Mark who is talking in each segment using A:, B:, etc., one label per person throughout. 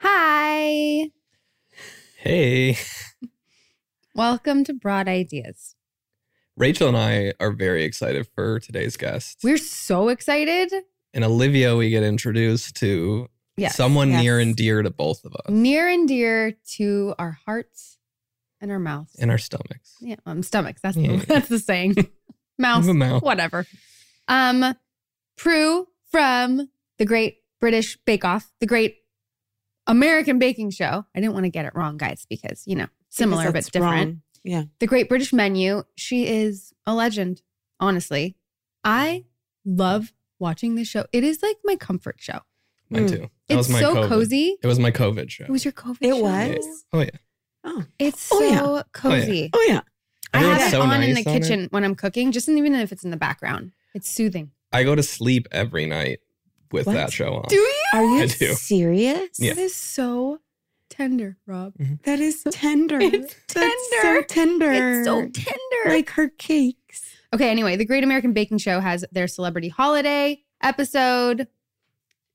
A: Hey,
B: Welcome to Broad Ideas.
A: Rachel and I are very excited for today's guest.
B: We're so excited.
A: and Olivia, we get introduced to
B: Yes.
A: someone
C: yes.
A: near and dear to both of us
B: Near and dear to our hearts and our mouths.
A: in our stomachs.
B: yeah, um, stomachs. That's,
A: Yeah.
B: the, that's the saying. Mouths.
A: Move 'em out.
B: Whatever. Um, Prue from the Great British Bake Off, the Great American Baking Show. I didn't want to get it wrong, guys, because, you know, similar but
C: that's
B: different.
C: wrong. Yeah.
B: The Great British Menu. She is a legend, honestly. I love watching this show. It is like my comfort show.
A: Mine
C: Mm.
A: too. That was
B: It's
A: my
B: so
A: COVID.
B: cozy.
A: It was my COVID show.
B: It was your COVID
C: It
B: show.
C: was?
A: Oh, yeah.
C: Oh.
B: It's so
C: Oh, yeah.
B: cozy.
C: Oh yeah.
B: I
A: Everyone's
B: have it
A: so
B: on in
A: nice
B: the
A: on it.
B: kitchen when I'm cooking, just in- even if it's in the background. It's soothing.
A: I go to sleep every night with
C: What?
A: that show on.
B: Do you?
C: Are you
A: I do.
C: serious?
A: Yeah.
B: It is so tender, Rob.
C: That is tender.
B: It's
C: That's
B: tender.
C: so tender.
B: It's so tender.
C: like her cakes.
B: okay, anyway, the Great American Baking Show has their celebrity holiday episode.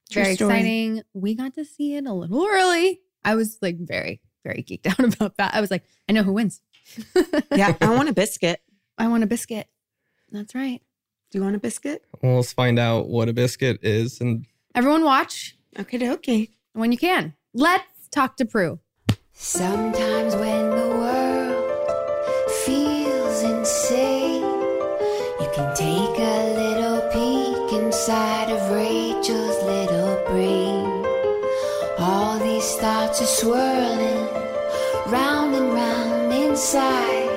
C: True
B: very
C: story.
B: exciting. We got to see it a little early. I was like very, very geeked out about that. I was like, I know who wins.
C: Yeah. I want a biscuit.
B: I want a biscuit. That's right.
C: Do you want a biscuit?
A: Well, let's find out what a biscuit is and
B: Everyone watch
C: Okay. Okay.
B: when you can. Let's talk to Prue.
D: Sometimes when the world feels insane, you can take a little peek inside of Rachel's little brain. All these thoughts are swirling round and round inside.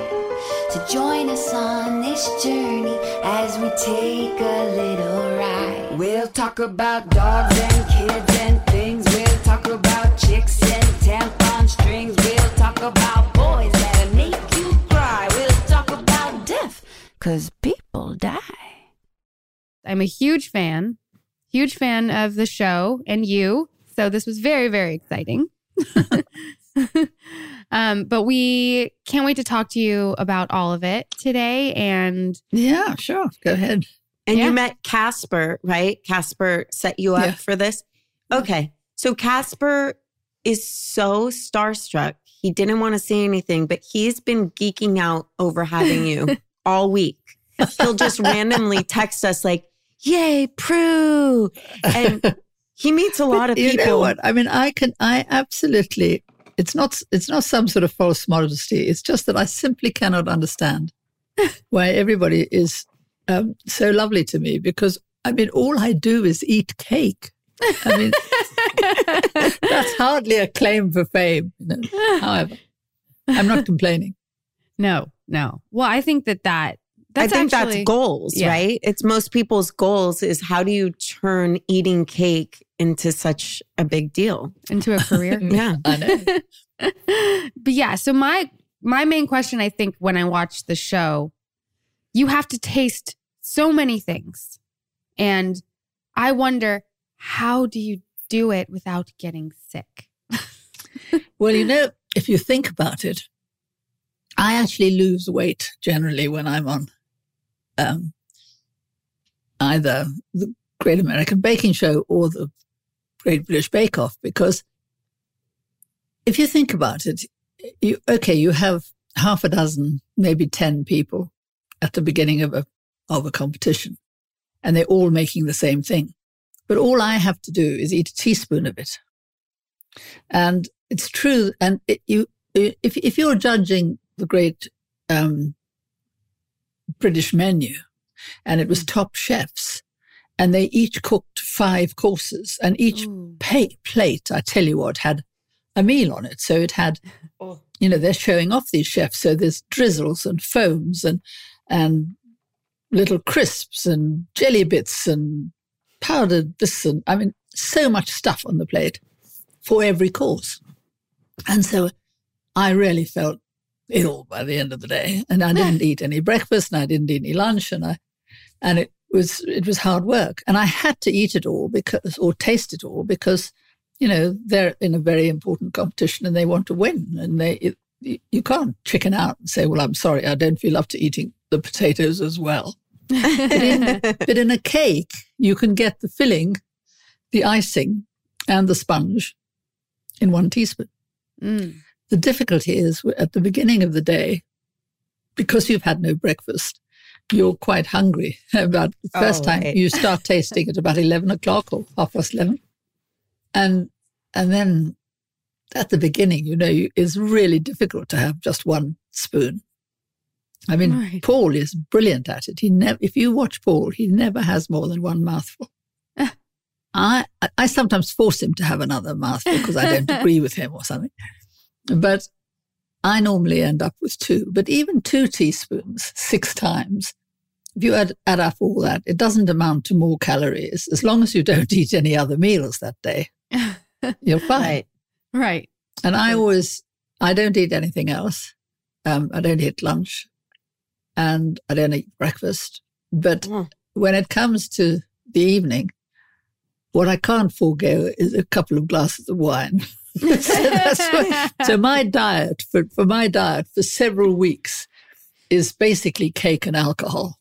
D: So join us on this journey as we take a little ride. We'll talk about dogs and kids and things. We'll talk about chicks and tampon strings. We'll talk about boys that'll make you cry. We'll talk about death, cause people die.
B: I'm a huge fan, huge fan of the show and you. So this was very, very exciting. um, but we can't wait to talk to you about all of it today. And
E: Yeah, sure. Go ahead.
C: And
B: Yeah.
C: you met Casper, right? Casper set you up
E: Yeah.
C: for this. Okay. So Casper is so starstruck. He didn't want to say anything, but he's been geeking out over having you all week. He'll just randomly text us like, "Yay, Prue!" And he meets a lot of
E: you
C: people.
E: know what? I mean, I can. I absolutely. It's not. It's not some sort of false modesty. It's just that I simply cannot understand why everybody is um, so lovely to me. Because I mean, all I do is eat cake. I mean, that's hardly a claim for fame. You know. However, I'm not complaining.
B: no, no. Well, I think that that
C: I
B: that's
C: think
B: actually,
C: that's goals,
B: yeah.
C: right? It's most people's goals is how do you turn eating cake into such a big deal?
B: into a career.
C: Yeah.
E: I know.
B: but yeah, so my my main question I think when I watch the show, you have to taste so many things. And I wonder how do you do it without getting sick?
E: Well, you know, if you think about it, I actually lose weight generally when I'm on um, either the Great American Baking Show or the Great British Bake Off, because if you think about it, you okay, you have half a dozen, maybe ten people at the beginning of a of a competition, and they're all making the same thing. But all I have to do is eat a teaspoon of it and it's true. And it, you, if if you're judging the great um, British menu, and it was top chefs, and they each cooked five courses, and
B: Mm.
E: each pa- plate, I tell you what, had a meal on it. So it had, you know, they're showing off these chefs. So there's drizzles and foams and and little crisps and jelly bits and powdered this and I mean, so much stuff on the plate for every course. And so I really felt ill by the end of the day, and I didn't eat any breakfast, and I didn't eat any lunch, and I and it was it was hard work, and I had to eat it all because or taste it all because you know they're in a very important competition and they want to win, and they it, you- you can't chicken out and say, well, I'm sorry, I don't feel up to eating the potatoes as well.
B: Mm.
E: But in a cake, you can get the filling, the icing, and the sponge in one teaspoon.
B: Mm.
E: The difficulty is w- at the beginning of the day, because you've had no breakfast, you're quite hungry. About the first
C: Oh,
E: time
C: right.
E: you start tasting at about eleven o'clock or half past eleven, and and then at the beginning, you know, you- it's really difficult to have just one spoon. I mean,
B: Right.
E: Paul is brilliant at it. He never, if you watch Paul, he never has more than one mouthful.
B: Ah.
E: I I- I sometimes force him to have another mouthful because I don't agree with him or something, but I normally end up with two. But even two teaspoons six times, if you add, add up all that, it doesn't amount to more calories as long as you don't eat any other meals that day. You're fine.
C: Right.
B: right.
E: And I
C: Okay.
E: always, I don't eat anything else. Um, I don't eat lunch and I don't eat breakfast. But
C: Mm.
E: when it comes to the evening, what I can't forego is a couple of glasses of wine. so, that's what, so my diet for, for my diet for several weeks is basically cake and alcohol.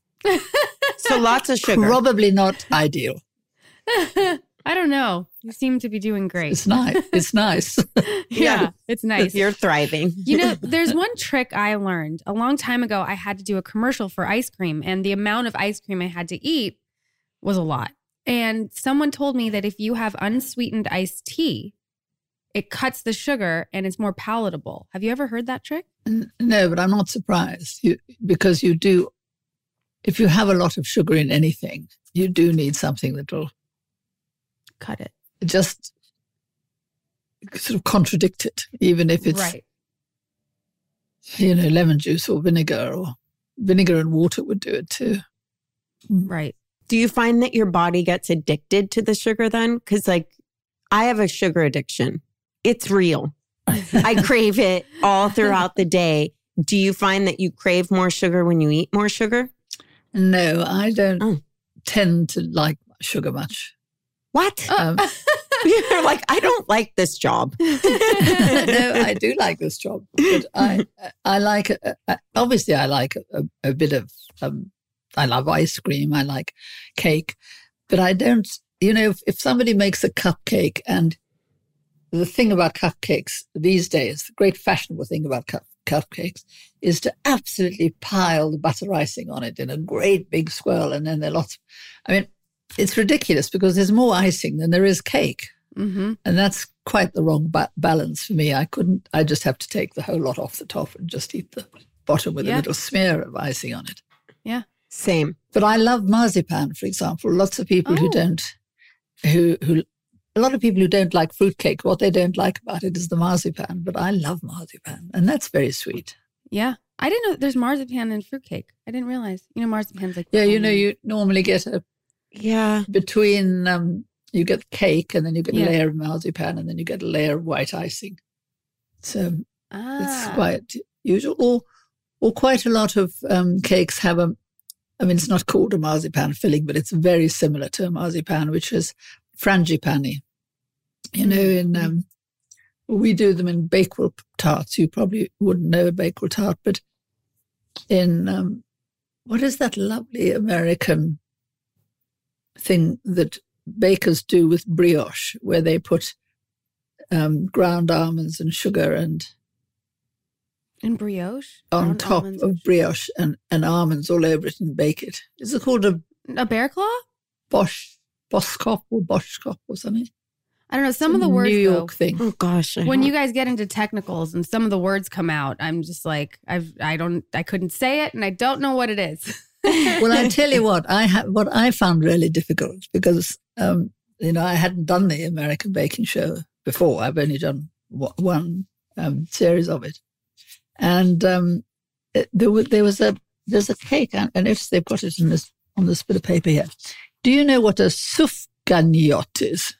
C: So lots of sugar.
E: Probably not ideal.
B: I don't know. You seem to be doing great.
E: It's nice. It's nice.
B: Yeah,
C: Yeah.
B: it's nice.
C: You're thriving.
B: You know, there's one trick I learned a long time ago. I had to do a commercial for ice cream, and the amount of ice cream I had to eat was a lot. And someone told me that if you have unsweetened iced tea, it cuts the sugar and it's more palatable. Have you ever heard that trick?
E: N- No, but I'm not surprised you, because you do, if you have a lot of sugar in anything, you do need something that will
B: Cut it.
E: just sort of contradict it, even if it's,
B: right.
E: you know, lemon juice or vinegar or vinegar and water would do it too.
B: Right.
C: Do you find that your body gets addicted to the sugar then? Because, like, I have a sugar addiction, it's real. I crave it all throughout the day. Do you find that you crave more sugar when you eat more sugar?
E: No, I don't
C: Oh.
E: tend to like sugar much.
C: What?
E: Um,
B: Oh.
C: You're like, I don't like this job.
E: no, I do like this job, but I I like uh, uh, obviously I like a, a bit of um, I love ice cream, I like cake, but I don't. You know, if, if somebody makes a cupcake, and the thing about cupcakes these days, the great fashionable thing about cup, cupcakes is to absolutely pile the butter icing on it in a great big swirl, and then there are lots. I mean, it's ridiculous because there's more icing than there is cake
B: Mm-hmm.
E: and that's quite the wrong ba- balance for me. I couldn't. I just have to take the whole lot off the top and just eat the bottom with
B: Yeah.
E: a little smear of icing on it.
C: Same.
E: But I love marzipan, for example. Lots of people who
B: Oh.
E: don't, who who, a lot of people who don't like fruitcake. What they don't like about it is the marzipan. But I love marzipan, and that's very sweet.
B: Yeah. I didn't know there's marzipan in fruitcake. I didn't realize. You know, marzipan's like. the
E: Yeah, you know,
B: only-
E: you normally get a
C: Yeah.
E: between. Um, you get cake, and then you get
B: Yeah.
E: a layer of marzipan, and then you get a layer of white icing. So
B: Ah.
E: It's quite usual. Or, or quite a lot of um, cakes have a, I mean, it's not called a marzipan filling, but it's very similar to a marzipan, which is frangipani. You know, in um, we do them in Bakewell tarts. You probably wouldn't know a Bakewell tart, but in um, what is that lovely American thing that bakers do with brioche, where they put um, ground almonds and sugar and
B: And brioche
E: on
B: Ground
E: top
B: almonds and
E: of brioche and, and almonds all over it and bake it. Is it called a
B: sh- A bear claw?
E: bosh boskop or boshkop or something?
B: I don't know. Some of the words
E: New
B: though,
E: York thing.
C: Oh, gosh. I
B: when
E: Mm-hmm.
C: don't-
B: you guys get into technicals and some of the words come out, I'm just like, I've, I don't, I couldn't say it and I don't know what it is.
E: well, I tell you what, I ha- what I found really difficult because um, you know I hadn't done the American baking show before. I've only done wa- one um, series of it, and um, it- there was there was a there's a cake, and and if they put it in this on this bit of paper here, do you know what a soufganiot is?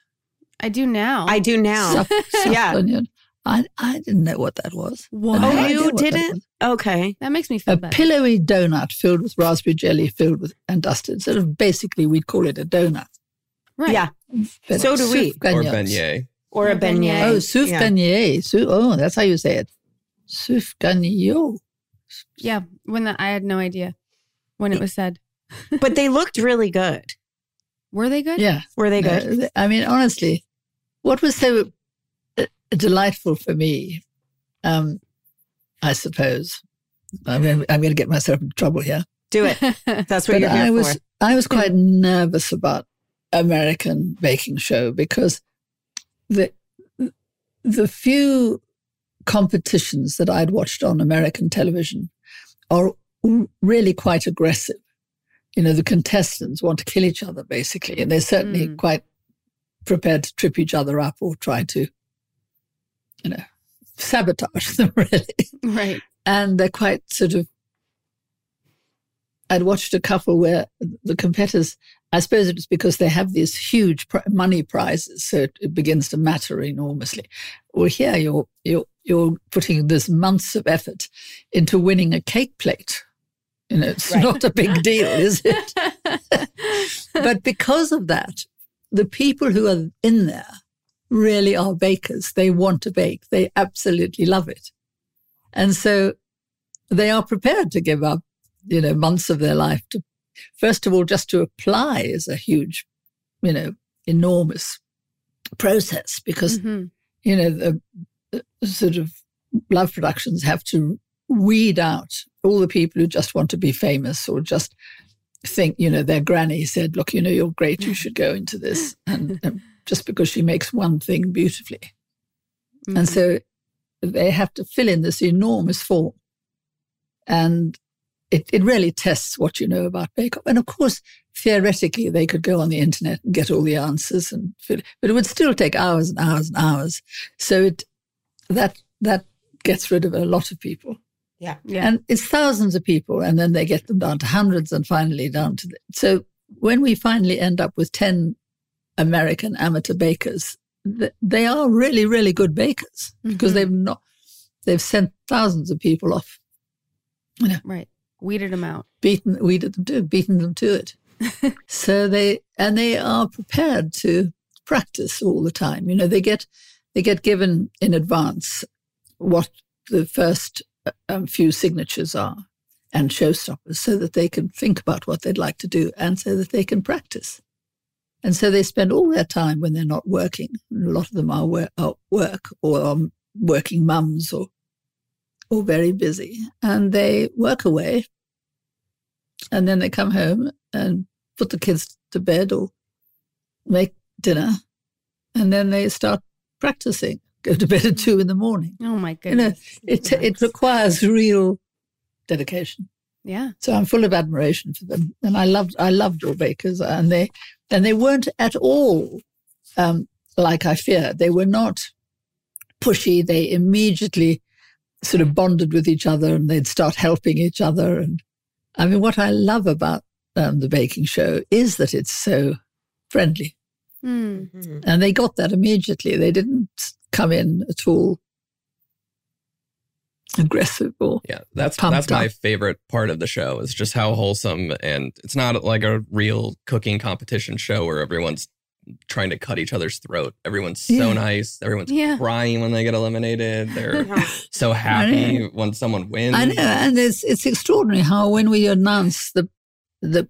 B: I do now.
C: I do now.
E: Stuff- stuffed
C: Yeah.
E: onion. I, I didn't know what that was.
B: What?
E: I had
C: Oh,
E: no idea
C: you
E: what that
C: didn't?
E: was.
C: okay.
B: that makes me feel
E: A
B: better.
E: pillowy donut filled with raspberry jelly, filled with and dusted. Sort of basically, we'd call it a donut.
B: right.
C: Yeah.
E: But
C: So do we.
A: or
E: soufganiot.
A: beignet.
C: Or a
B: Or beignet.
C: beignet.
E: Oh,
C: Yeah.
E: soufganier. Sou- oh, that's how you say it. Soufganiot.
B: Yeah. When the, I had no idea when it was said.
C: But they looked really good.
B: Were they good?
E: Yeah.
C: Were they
E: No,
C: good?
E: th- I mean, honestly, what was so uh, delightful for me Um, I suppose I'm going. I'm going to get myself in trouble here.
C: Do it. That's what
E: but
C: you're here
E: I was
C: for.
E: I was quite nervous about American baking show because the the few competitions that I'd watched on American television are really quite aggressive. You know, the contestants want to kill each other basically, and they're certainly
C: Hmm.
B: Mm.
E: quite prepared to trip each other up or try to, you know, sabotage them really
B: right.
E: and they're quite sort of i'd watched a couple where the competitors i suppose it was because they have these huge pri- money prizes so it, it begins to matter enormously well here you're you're you're putting this months of effort into winning a cake plate you know it's
C: Right.
E: not a big deal is it but because of that, the people who are in there really are bakers. They want to bake. They absolutely love it. And so they are prepared to give up, you know, months of their life to, first of all, just to apply is a huge, you know, enormous process because
B: Mhm.
E: you know, the, the sort of love productions have to weed out all the people who just want to be famous or just think, you know, their granny said, look, you know, you're great, you should go into this. And, and just because she makes one thing beautifully.
B: Mhm.
E: And so they have to fill in this enormous form. And it, it really tests what you know about Bake Off. And of course, theoretically, they could go on the internet and get all the answers and fill but it would still take hours and hours and hours. So it that that gets rid of a lot of people.
B: Mm-hmm. yeah.
E: And it's thousands of people, and then they get them down to hundreds and finally down to. The, so when we finally end up with 10 American amateur bakers, th- they are really, really good bakers because
B: Mhm.
E: they've not, they've sent thousands of people off,
B: Mm-hmm. right. Weeded them out.
E: beaten, we did them to, beaten them to it. so they, and they are prepared to practice all the time. You know, they get, they get given in advance what the first uh, um, few signatures are and showstoppers so that they can think about what they'd like to do and so that they can practice. And so they spend all their time when they're not working. and A lot of them are, wor- are work or are working mums or or very busy, and they work away. And then they come home and put the kids to bed or make dinner, and then they start practicing. Go to bed at two in the morning.
B: Oh my
E: You know,
B: goodness.
E: it it requires real dedication.
B: yeah.
E: So I'm full of admiration for them, and I loved I loved all bakers, and they and they weren't at all um, like I fear. They were not pushy. They immediately sort of bonded with each other, and they'd start helping each other. And I mean, what I love about um, the baking show is that it's so friendly,
B: Mm.
C: Mhm.
E: and they got that immediately. They didn't come in at all aggressive or
A: Yeah, that's
E: pumped
A: that's my
E: up.
A: favorite part of the show is just how wholesome and it's not like a real cooking competition show where everyone's trying to cut each other's throat. Everyone's so
E: Yeah.
A: nice. Everyone's
B: Yeah.
A: crying when they get eliminated. They're
C: No.
A: so
E: I
A: happy when someone wins.
E: I know, and it's it's extraordinary how when we announce the the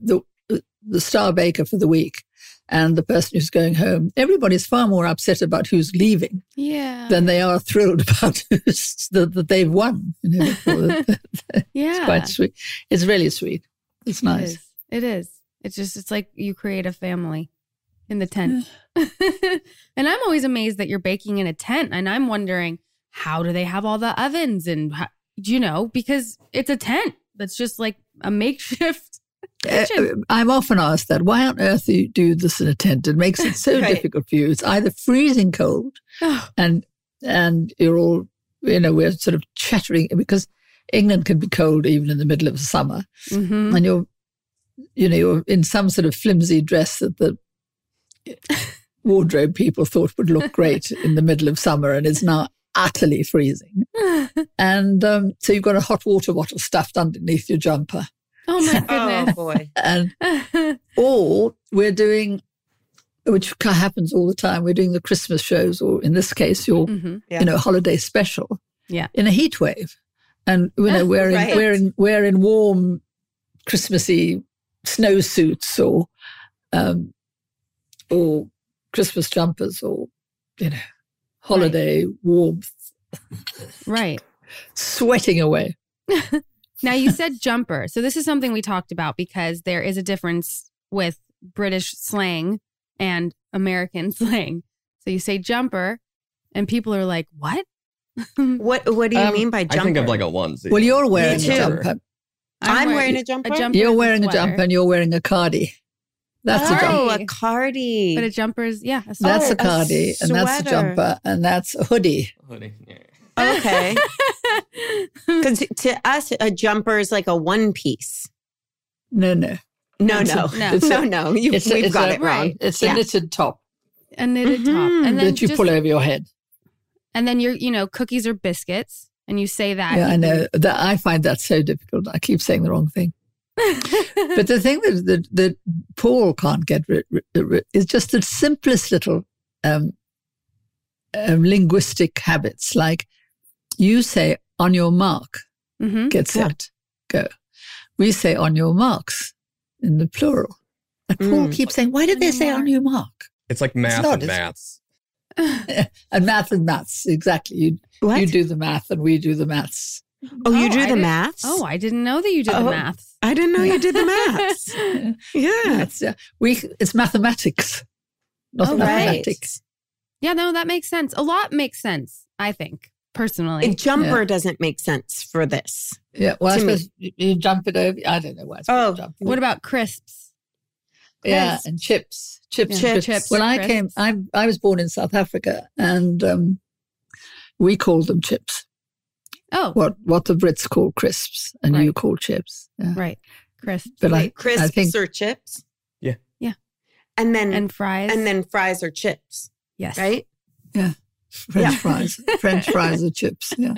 E: the, the star baker for the week and the person who's going home, everybody's far more upset about who's leaving
B: Oh, Yeah.
E: than they are thrilled about who's, that, that they've won. You know, it's
B: yeah.
E: quite sweet. It's really sweet. It's
B: It
E: nice.
B: is. It is. It's just it's like you create a family in the tent. and I'm always amazed that you're baking in a tent and I'm wondering how do they have all the ovens and how, you know because it's a tent that's just like a makeshift
E: Uh, I'm often asked that. Why on earth do you do this in a tent? It makes it so
C: Right.
E: difficult for you. It's either freezing cold and and you're all you know we're sort of chattering because England can be cold even in the middle of summer,
B: Mhm.
E: and you're you know you're in some sort of flimsy dress that the wardrobe people thought would look great in the middle of summer, and it's now utterly freezing. And um, so you've got a hot water bottle stuffed underneath your jumper,
B: oh my
C: Oh
B: goodness
C: boy.
E: and or we're doing, which ca- happens all the time, we're doing the Christmas shows, or in this case, your
C: Mm,
B: Mhm.
E: you know holiday special,
B: Yeah.
E: in a heat wave, and you know we're in
C: Ah, Right.
E: we're in we're in warm, Christmassy snow suits or, um, or Christmas jumpers or you know holiday warmth
B: Right.
E: sweating away.
B: Now you said jumper. So this is something we talked about because there is a difference with British slang and American slang. So you say jumper and people are like, "What?"
C: What What do you
E: Um,
C: mean by jumper?
A: I think of like a onesie.
E: Well, you're wearing
C: too.
E: a jumper.
C: I'm, wearing, a jumper.
B: a jumper.
E: You're
B: is
E: wearing a
B: sweater,
E: jumper and you're wearing a cardi. That's a
B: Cardi.
E: jumper.
C: oh, a cardi.
B: But a jumper is yeah, a
E: That's
C: Oh,
E: a
C: a
E: cardi, and that's a
C: sweater.
E: jumper, and that's a hoodie.
A: Hoodie. Yeah.
C: okay.
B: sweater.
C: Because to us, a jumper is like a one piece.
E: No, no,
C: No,
E: It's a-
C: no,
B: No.
E: it's a-
C: no, no. You,
E: it's a-
C: we've
E: it's
C: got
E: a-
C: it wrong.
B: right.
E: it's
C: Yeah.
E: a knitted top
B: A knitted top.
C: Mhm.
B: And then
E: that you
B: just,
E: pull over your head.
B: and then you're, you know, cookies or biscuits and you say that.
E: yeah, I
B: even-
E: know that. I find that so difficult. I keep saying the wrong thing.
B: Hmm.
E: But the thing that that, that Paul can't get rid, rid, rid- is just the simplest little um, um, linguistic habits. Like you say, "On your mark,
B: Mhm.
E: get
C: Yeah.
E: set, go." We say, "On your marks," in the plural. And Paul
C: Mm.
E: keeps saying, "Why did
B: On
E: they
B: your
E: say
B: mark.
E: on your mark?"
A: It's like math
E: not,
A: and
E: it's-
A: maths.
E: And math and maths, exactly. You
C: What?
E: you do the math and we do the maths.
C: oh, you
B: Oh,
C: do
B: I
C: the
B: did-
C: maths?
B: Oh, I didn't know that you did the
C: Oh.
B: maths.
C: I didn't know you did the maths. Yeah.
E: That's, uh, we it's mathematics, not
B: Oh, right.
E: mathematics.
B: Yeah, no, that makes sense. A lot makes sense, I think, personally.
C: A jumper doesn't make sense for this.
E: Yeah. Well, I
C: To me.
E: suppose you, you jump it over. I don't know why. It's
C: Oh,
E: called jump it
B: what
E: over.
B: about crisps?
E: yeah,
C: crisps?
E: and chips, chips,
C: Yeah.
E: and
B: Chips,
E: When I
B: crisps.
E: came, I I was born in South Africa, and um, we called them chips.
B: Oh,
E: What what the Brits call crisps, and you
B: Right.
E: call chips. Yeah.
B: right. Crisps
E: But
C: Wait,
E: I, I
C: crisps
E: think
C: or chips?
A: Yeah.
B: Yeah.
C: And then and,
B: and fries.
C: then fries or chips,
B: yes.
C: right?
E: French
C: yeah.
E: fries, French fries are chips. Yeah.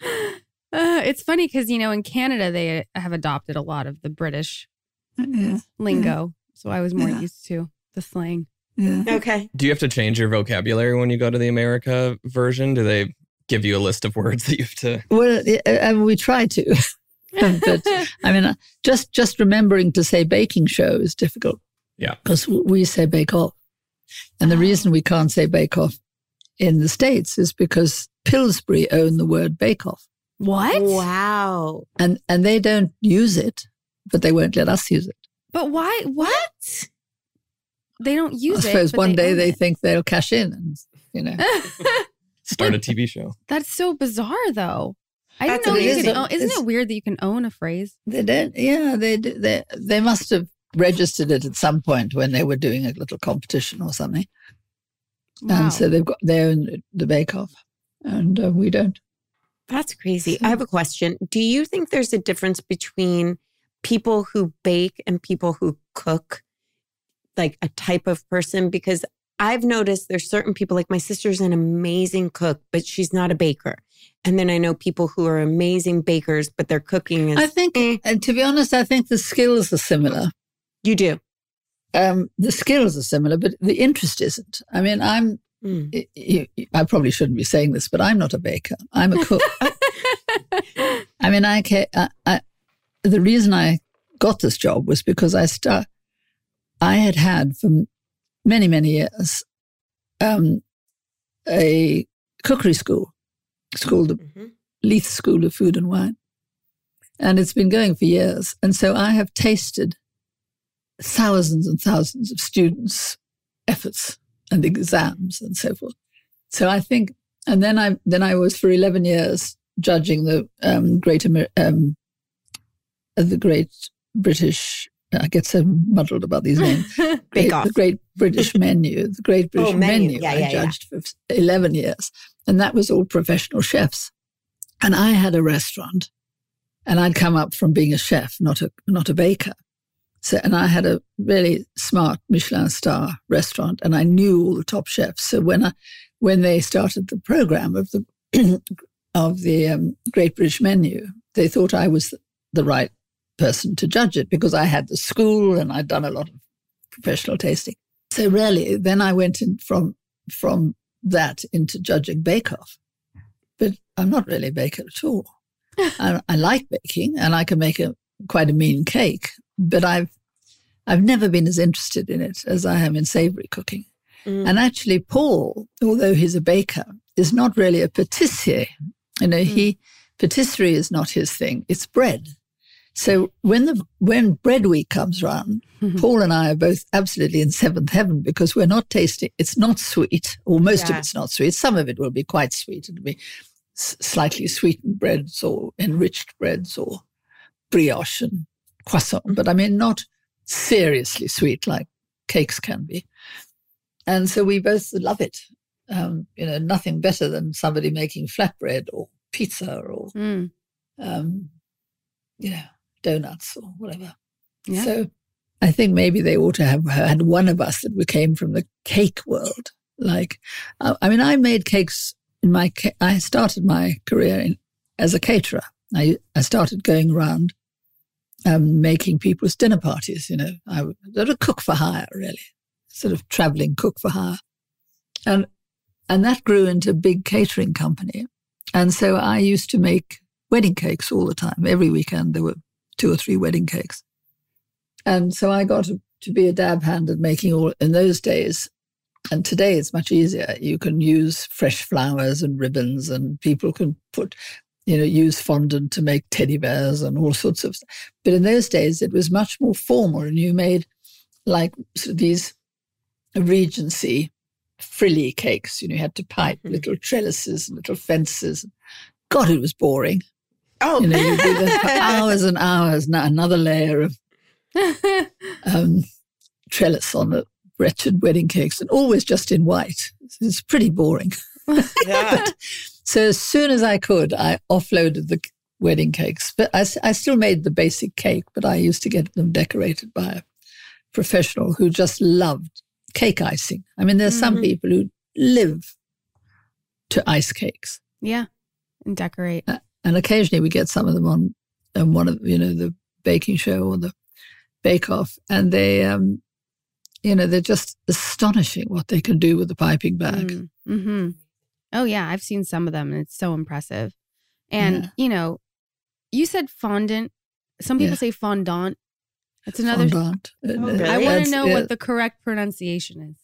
B: Uh, it's funny because, you know, in Canada, they have adopted a lot of the British
E: Yeah.
B: lingo. So I was more
E: Mm-hmm. Yeah.
B: used to the slang.
E: Yeah.
C: Okay.
A: Do you have to change your vocabulary when you go to the America version? Do they give you a list of words that you have to?
E: Well, yeah, uh, uh, we try to. But- I mean, uh, just just remembering to say baking show is difficult.
A: Yeah.
E: because we say bake off, and the
B: Oh.
E: reason we can't say bake off in the states is because Pillsbury own the word bake off,
B: what?
C: Wow.
E: and and they don't use it, but they won't let us use it.
B: But why? What? They don't use
E: I suppose
B: it. but
E: one day
B: own
E: they
B: it.
E: think they'll cash in, and you know,
A: Start a TV show.
B: That's so bizarre, though. I
C: That's
B: didn't know you
E: amazing.
B: could own. Isn't
E: It's-
B: it weird that you can own a phrase?
E: they don't. Yeah, they do- they they must have registered it at some point when they were doing a little competition or something,
B: Wow.
E: and so they've got they own the bake off, and uh, we don't.
C: That's crazy.
E: So-
C: I have a question. Do you think there's a difference between people who bake and people who cook, like a type of person? Because I've noticed there's certain people, like my sister's an amazing cook, but she's not a baker. And then I know people who are amazing bakers, but their cooking is.
E: I think,
C: eh.
E: and to be honest, I think the skills are similar.
C: you do.
E: Um, the skills are similar, but the interest isn't. I mean, I'm,
C: Mm.
E: y- y- y- I probably shouldn't be saying this, but I'm not a baker. I'm a cook. I mean, I, ca- I, I, the reason I got this job was because I start, I had had for many, many years, um, a cookery school, school that
C: Mhm.
E: Leith School of Food and Wine. And it's been going for years. And so I have tasted thousands and thousands of students' efforts and exams and so forth. So I think, and then I then I was for eleven years judging the um, great Amer- um, uh, the great British. I get so muddled about these names.
C: Bake
E: Great-
C: Off.
E: the Great British Menu, the Great British
C: menu.
E: Menu.
C: Oh, Yeah,
E: I
C: yeah, yeah.
E: judged for eleven years, and that was all professional chefs. And I had a restaurant, and I'd come up from being a chef, not a not a baker. So, and I had a really smart Michelin star restaurant, and I knew all the top chefs. So when I, when they started the program of the of the um, Great British Menu, they thought I was the right person to judge it because I had the school and I'd done a lot of professional tasting. So really, then I went in from from that into judging Bake Off, but I'm not really a baker at all. I, I like baking and I can make a quite a mean cake, but I've I've never been as interested in it as I am in savory cooking.
C: Mm.
E: And actually, Paul, although he's a baker, is not really a patisserie. You know,
C: Mm.
E: he patisserie is not his thing. It's bread. So when the when bread week comes round,
C: Mm-hmm.
F: Mhm.
E: Paul and I are both absolutely in seventh heaven because we're not tasting. It's not sweet, or most of
C: Yeah.
E: it's not sweet. Some of it will be quite sweet. It'll be s- slightly sweetened breads or enriched breads or brioche and croissant, but I mean not seriously sweet like cakes can be. And so we both love it. Um, you know, nothing better than somebody making flatbread or pizza or
F: Mm.
E: um, you know, donuts or whatever.
F: Yeah.
E: So I think maybe they ought to have had one of us that we came from the cake world. Like, I, I mean, I made cakes in my, ca- I started my career in, as a caterer. I, I started going around um, making people's dinner parties, you know, I was sort of cook for hire, really, sort of traveling cook for hire. And, and that grew into a big catering company. And so I used to make wedding cakes all the time. Every weekend there were two or three wedding cakes. And so I got to, to be a dab hand at making all in those days. And today it's much easier. You can use fresh flowers and ribbons, and people can put, you know, use fondant to make teddy bears and all sorts of stuff. But in those days it was much more formal, and you made like sort of these Regency frilly cakes. You know, you had to pipe
C: Mhm.
E: little trellises and little fences. God, it was boring.
C: Oh,
E: You know, you'd be there for hours and hours. Now another layer of
B: Hmm.
E: um, trellis on the wretched wedding cakes, and always just in white. It's pretty boring.
C: yeah.
E: So as soon as I could, I offloaded the wedding cakes. But I, s- I still made the basic cake, but I used to get them decorated by a professional who just loved cake icing. I mean, there's some
C: Mhm.
E: people who live to ice cakes.
F: yeah. And decorate.
E: and occasionally we get some of them on on one of you know the baking show or the bake off and they um you know they're just astonishing what they can do with the piping bag
F: Mm-hmm. Oh yeah, I've seen some of them, and it's so impressive. And
E: Yeah.
F: you know, you said fondant. Some people say
E: Yeah.
F: fondant. That's another. Oh,
E: Fondant.
C: really?
F: I want
E: Uh, That's-
F: to know
E: yeah.
F: what the correct pronunciation is.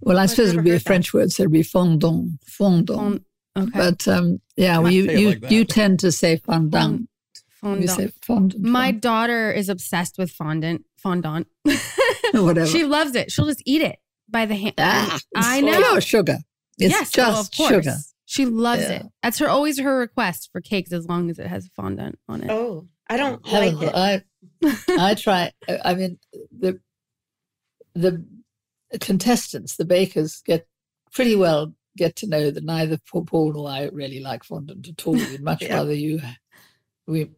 E: well i
C: I've
E: suppose it
C: never
E: would be a
C: heard that.
E: french word so it'd be fondant fondant
F: Fond- okay.
E: but um yeah well,
A: Might
E: you
A: say it
E: you,
A: like that.
E: you tend to say fondant you
F: fondant.
E: say fondant
F: My daughter is obsessed with fondant. Fondant.
E: fondant, whatever
F: she loves it. She'll just eat it by the hand.
E: ah,
F: I
E: it's
F: know.
E: pure sugar it's
F: oh,
E: just sugar
F: She loves
E: Yeah.
F: it. That's her always her request for cakes as long as it has fondant on it.
C: Oh, I don't
E: Helen,
C: like it.
E: I, I try. I mean, the the contestants, the bakers, get pretty well get to know that neither Paul- Paul nor I really like fondant at all. We'd much
C: Yeah.
E: rather you we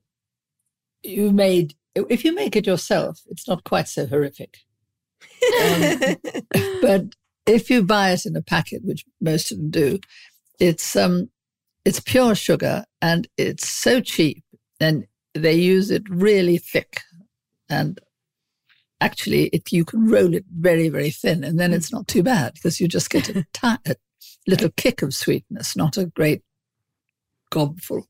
E: you made if you make it yourself, it's not quite so horrific. um, But if you buy it in a packet, which most of them do, it's um it's pure sugar and it's so cheap and they use it really thick and actually it you can roll it very very thin and then it's not too bad because you just get a, ti- a little kick of sweetness not a great gobful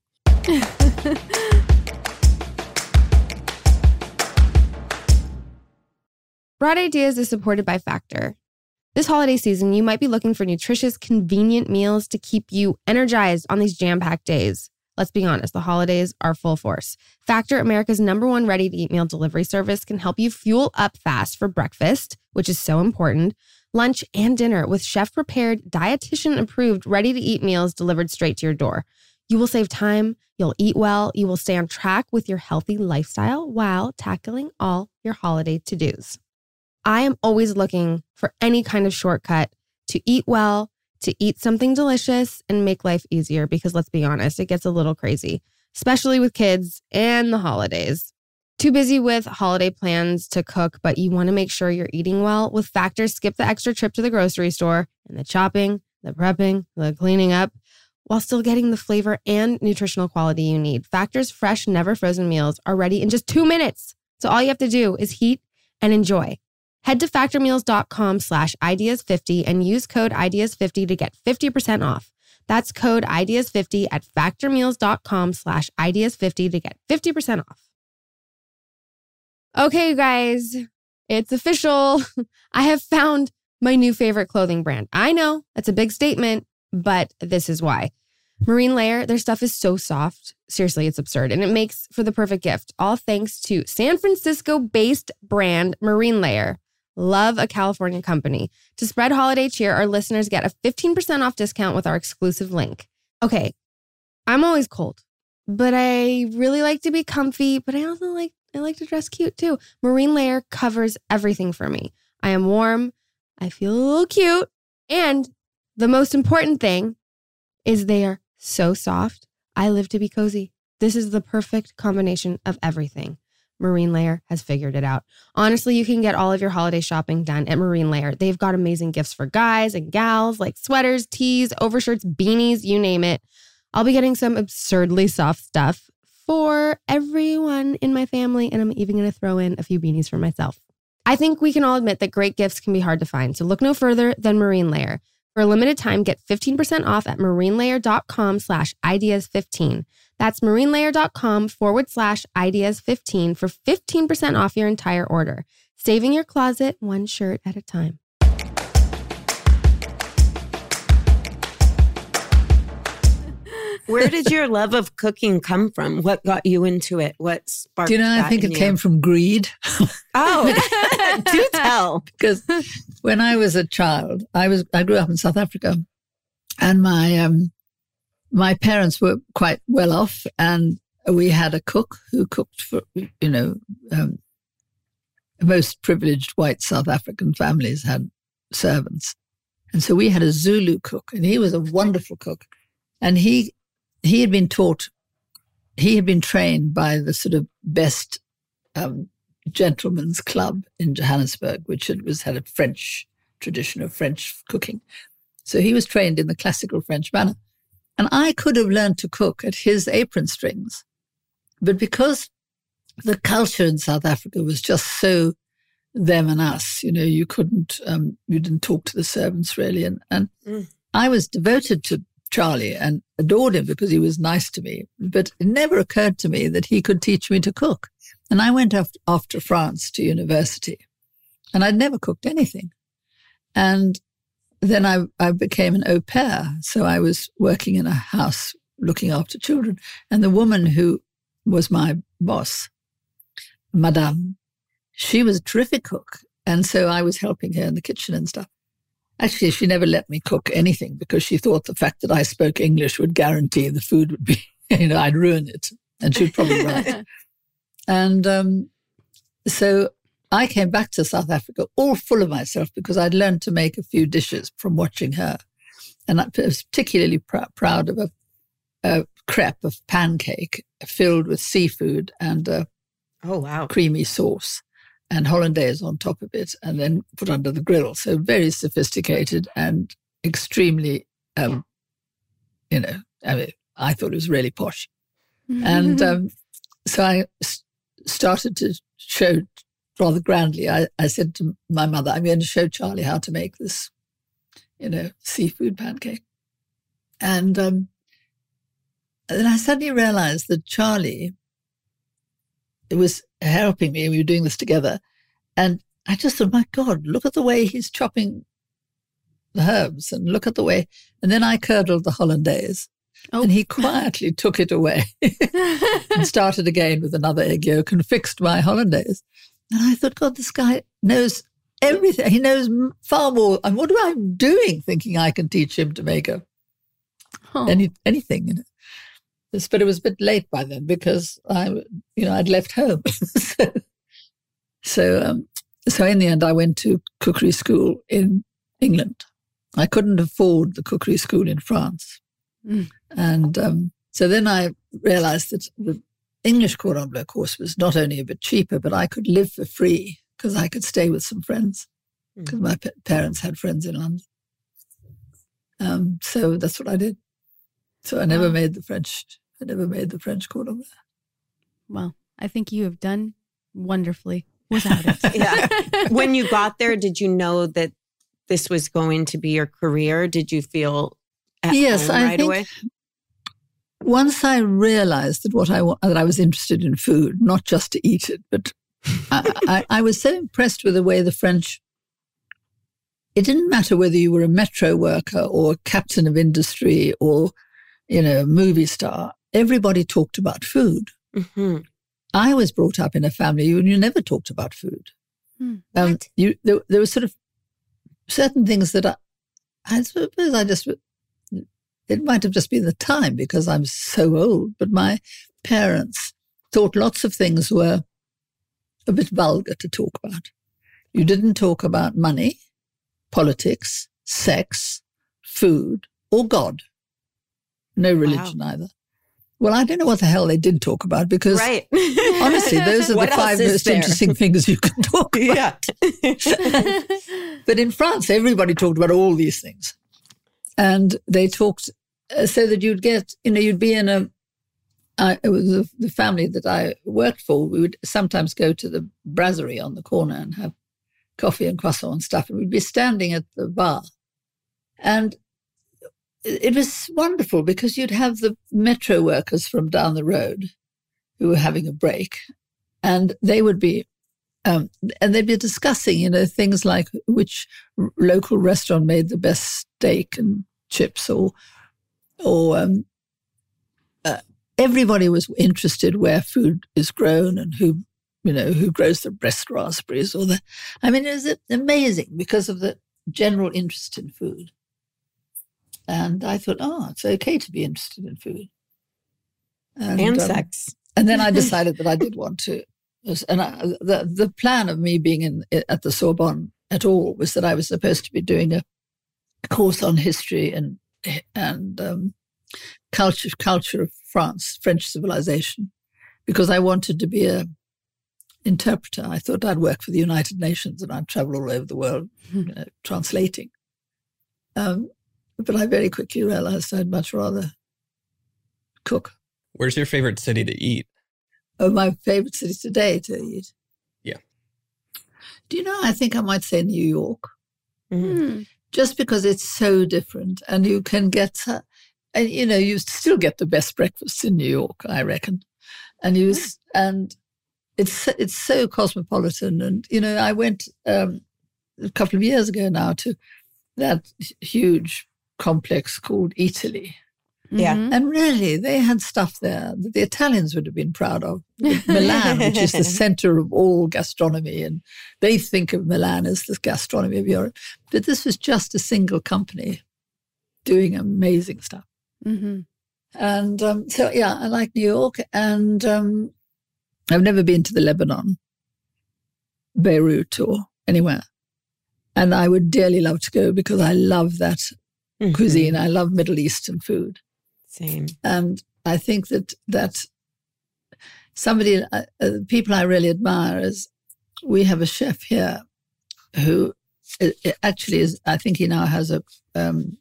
B: Broad Ideas is supported by Factor. This holiday season, you might be looking for nutritious, convenient meals to keep you energized on these jam packed days. Let's be honest, the holidays are full force. Factor, America's number one ready to eat meal delivery service, can help you fuel up fast for breakfast, which is so important, lunch, and dinner with chef prepared, dietitian approved, ready to eat meals delivered straight to your door. You will save time, you'll eat well, you will stay on track with your healthy lifestyle while tackling all your holiday to dos. I am always looking for any kind of shortcut to eat well, to eat something delicious, and make life easier because let's be honest, it gets a little crazy, especially with kids and the holidays. Too busy with holiday plans to cook, but you want to make sure you're eating well. With Factor, skip the extra trip to the grocery store and the chopping, the prepping, the cleaning up, while still getting the flavor and nutritional quality you need. Factor's fresh, never frozen meals are ready in just two minutes. So all you have to do is heat and enjoy. Head to factormeals.com slash ideas50 and use code ideas50 to get 50% off. That's code ideas50 at factormeals.com slash ideas50 to get 50% off. Okay, you guys, it's official. I have found my new favorite clothing brand. I know that's a big statement, but this is why. Marine Layer, their stuff is so soft. Seriously, it's absurd. And it makes for the perfect gift. All thanks to San Francisco based brand Marine Layer. Love a California company. To spread holiday cheer, our listeners get a 15% off discount with our exclusive link. Okay, I'm always cold, but I really like to be comfy, but I also like I like to dress cute too. Marine Layer covers everything for me. I am warm, I feel a little cute, and the most important thing is they are so soft. I live to be cozy. This is the perfect combination of everything. Marine Layer has figured it out. Honestly, you can get all of your holiday shopping done at Marine Layer. They've got amazing gifts for guys and gals like sweaters, tees, overshirts, beanies, you name it. I'll be getting some absurdly soft stuff for everyone in my family, and I'm even going to throw in a few beanies for myself. I think we can all admit that great gifts can be hard to find, so look no further than Marine Layer. For a limited time, get 15% off at marinelayer.com slash ideas15. That's marinelayer.com forward slash ideas15 for 15% off your entire order, saving your closet one shirt at a time.
C: Where did your love of cooking come from? What got you into it? What sparked?
E: Do you know, I
C: that
E: think
C: in
E: it
C: you?
E: came from greed
C: Oh, do tell.
E: because when I was a child, I was I grew up in South Africa, and my um, my parents were quite well off, and we had a cook who cooked for you know um, most privileged white South African families had servants, and so we had a Zulu cook, and he was a wonderful cook, and he he had been taught he had been trained by the sort of best um, gentlemen's club in Johannesburg, which had, was had a French tradition of French cooking. So he was trained in the classical French manner. And I could have learned to cook at his apron strings. But because the culture in South Africa was just so them and us, you know, you couldn't, um, you didn't talk to the servants really. And, and
C: Mm.
E: I was devoted to Charlie and adored him because he was nice to me. But it never occurred to me that he could teach me to cook. And I went off, off to France to university and I'd never cooked anything. And then I, I became an au pair. So I was working in a house looking after children. And the woman who was my boss, Madame, she was a terrific cook. And so I was helping her in the kitchen and stuff. Actually, she never let me cook anything because she thought the fact that I spoke English would guarantee the food would be, you know, I'd ruin it. And she was probably right. And um, so I came back to South Africa all full of myself because I'd learned to make a few dishes from watching her. And I was particularly pr- proud of a, a crepe of pancake filled with seafood and a
C: Oh wow.
E: creamy sauce and hollandaise on top of it and then put under the grill. So very sophisticated and extremely, um, you know, I mean, I thought it was really posh and um, so I s- started to show rather grandly. I, I said to my mother, "I'm going to show Charlie how to make this, you know, seafood pancake." And um, then I suddenly realized that Charlie was helping me, and we were doing this together. And I just thought, "My God, look at the way he's chopping." The herbs and look at the way, and then I curdled the hollandaise,
G: Oh.
E: and he quietly took it away and started again with another egg yolk and fixed my hollandaise. And I thought, God, this guy knows everything. He knows m- far more. And what am I doing thinking I can teach him to make a,
G: Oh,
B: Oh.
E: any, anything? You know? This- But it was a bit late by then because I, you know, I'd left home. so, so, um, so in the end, I went to cookery school in England. I couldn't afford the cookery school in France.
G: Mm.
E: And um, so then I realized that the English cordon bleu course was not only a bit cheaper, but I could live for free because I could stay with some friends
C: Mm.
E: because my pa- parents had friends in London. Um, so that's what I did. So I never
G: Wow.
E: made the French. I never made the French cordon bleu.
G: well, I think you have done wonderfully without it.
C: Yeah. When you got there, did you know that this was going to be your career? Did you feel at
E: Yes,
C: home
E: I
C: right
E: think-
C: away?
E: once I realized that what I wa- that I was interested in food, not just to eat it, but I, I, I was so impressed with the way the French it didn't matter whether you were a metro worker or a captain of industry or, you know, a movie star. Everybody talked about food.
C: Mm-hmm.
E: I was brought up in a family where you never talked about food.
B: Hmm,
E: Um,
D: what?
E: you, there, there were sort of certain things that I, I suppose I just, it might have just been the time because I'm so old, but my parents thought lots of things were a bit vulgar to talk about. You didn't talk about money, politics, sex, food, or God. No religion either. Well, I don't know what the hell they did talk about because
C: Right.
E: Honestly, those are the
C: What else
E: five
C: is
E: most
C: there?
E: interesting things you can talk about.
C: yeah.
E: But in France, everybody talked about all these things. And they talked uh, so that you'd get, you know, you'd be in a, I, it was the- the family that I worked for. We would sometimes go to the brasserie on the corner and have coffee and croissant and stuff. And we'd be standing at the bar. And it it was wonderful because you'd have the metro workers from down the road who were having a break. And they would be um, and they'd be discussing, you know, things like which r- local restaurant made the best steak and chips, or, or um, uh, everybody was interested where food is grown and who, you know, who grows the best raspberries or the. I mean, it was amazing because of the general interest in food. And I thought, oh, it's okay to be interested in food.
C: and
E: um,
C: sex.
E: and then I decided that I did want to. Yes, And I, the the plan of me being in at the Sorbonne at all was that I was supposed to be doing a course on history and and um, culture culture of France, French civilization, because I wanted to be a interpreter. I thought I'd work for the United Nations and I'd travel all over the world you know, translating. Um, but I very quickly realized I'd much rather cook.
A: Where's your favorite city to eat?
E: Oh, my favorite city today to eat.
A: Yeah.
E: Do you know? I think I might say New York,
C: Mhm.
B: Hmm.
E: just because it's so different, and you can get, uh, and you know, you still get the best breakfasts in New York, I reckon, and you s and it's so- it's so cosmopolitan, and you know, I went um, a couple of years ago now to that h- huge complex called Italy,
C: Yeah.
G: Mm-hmm.
B: Mhm.
E: and really, they had stuff there that the Italians would have been proud of. Milan, which is the center of all gastronomy, and they think of Milan as the gastronomy of Europe. But this was just a single company doing amazing stuff.
B: Mhm.
G: Mm-hmm.
E: And um, so, yeah, I like New York, and um, I've never been to the Lebanon, Beirut, or anywhere. And I would dearly love to go because I love that
C: Mhm.
E: cuisine. I love Middle Eastern food
C: Same.
E: and Um, I think that that somebody uh, uh, people I really admire is we have a chef here who uh, uh, actually is I think he now has a um,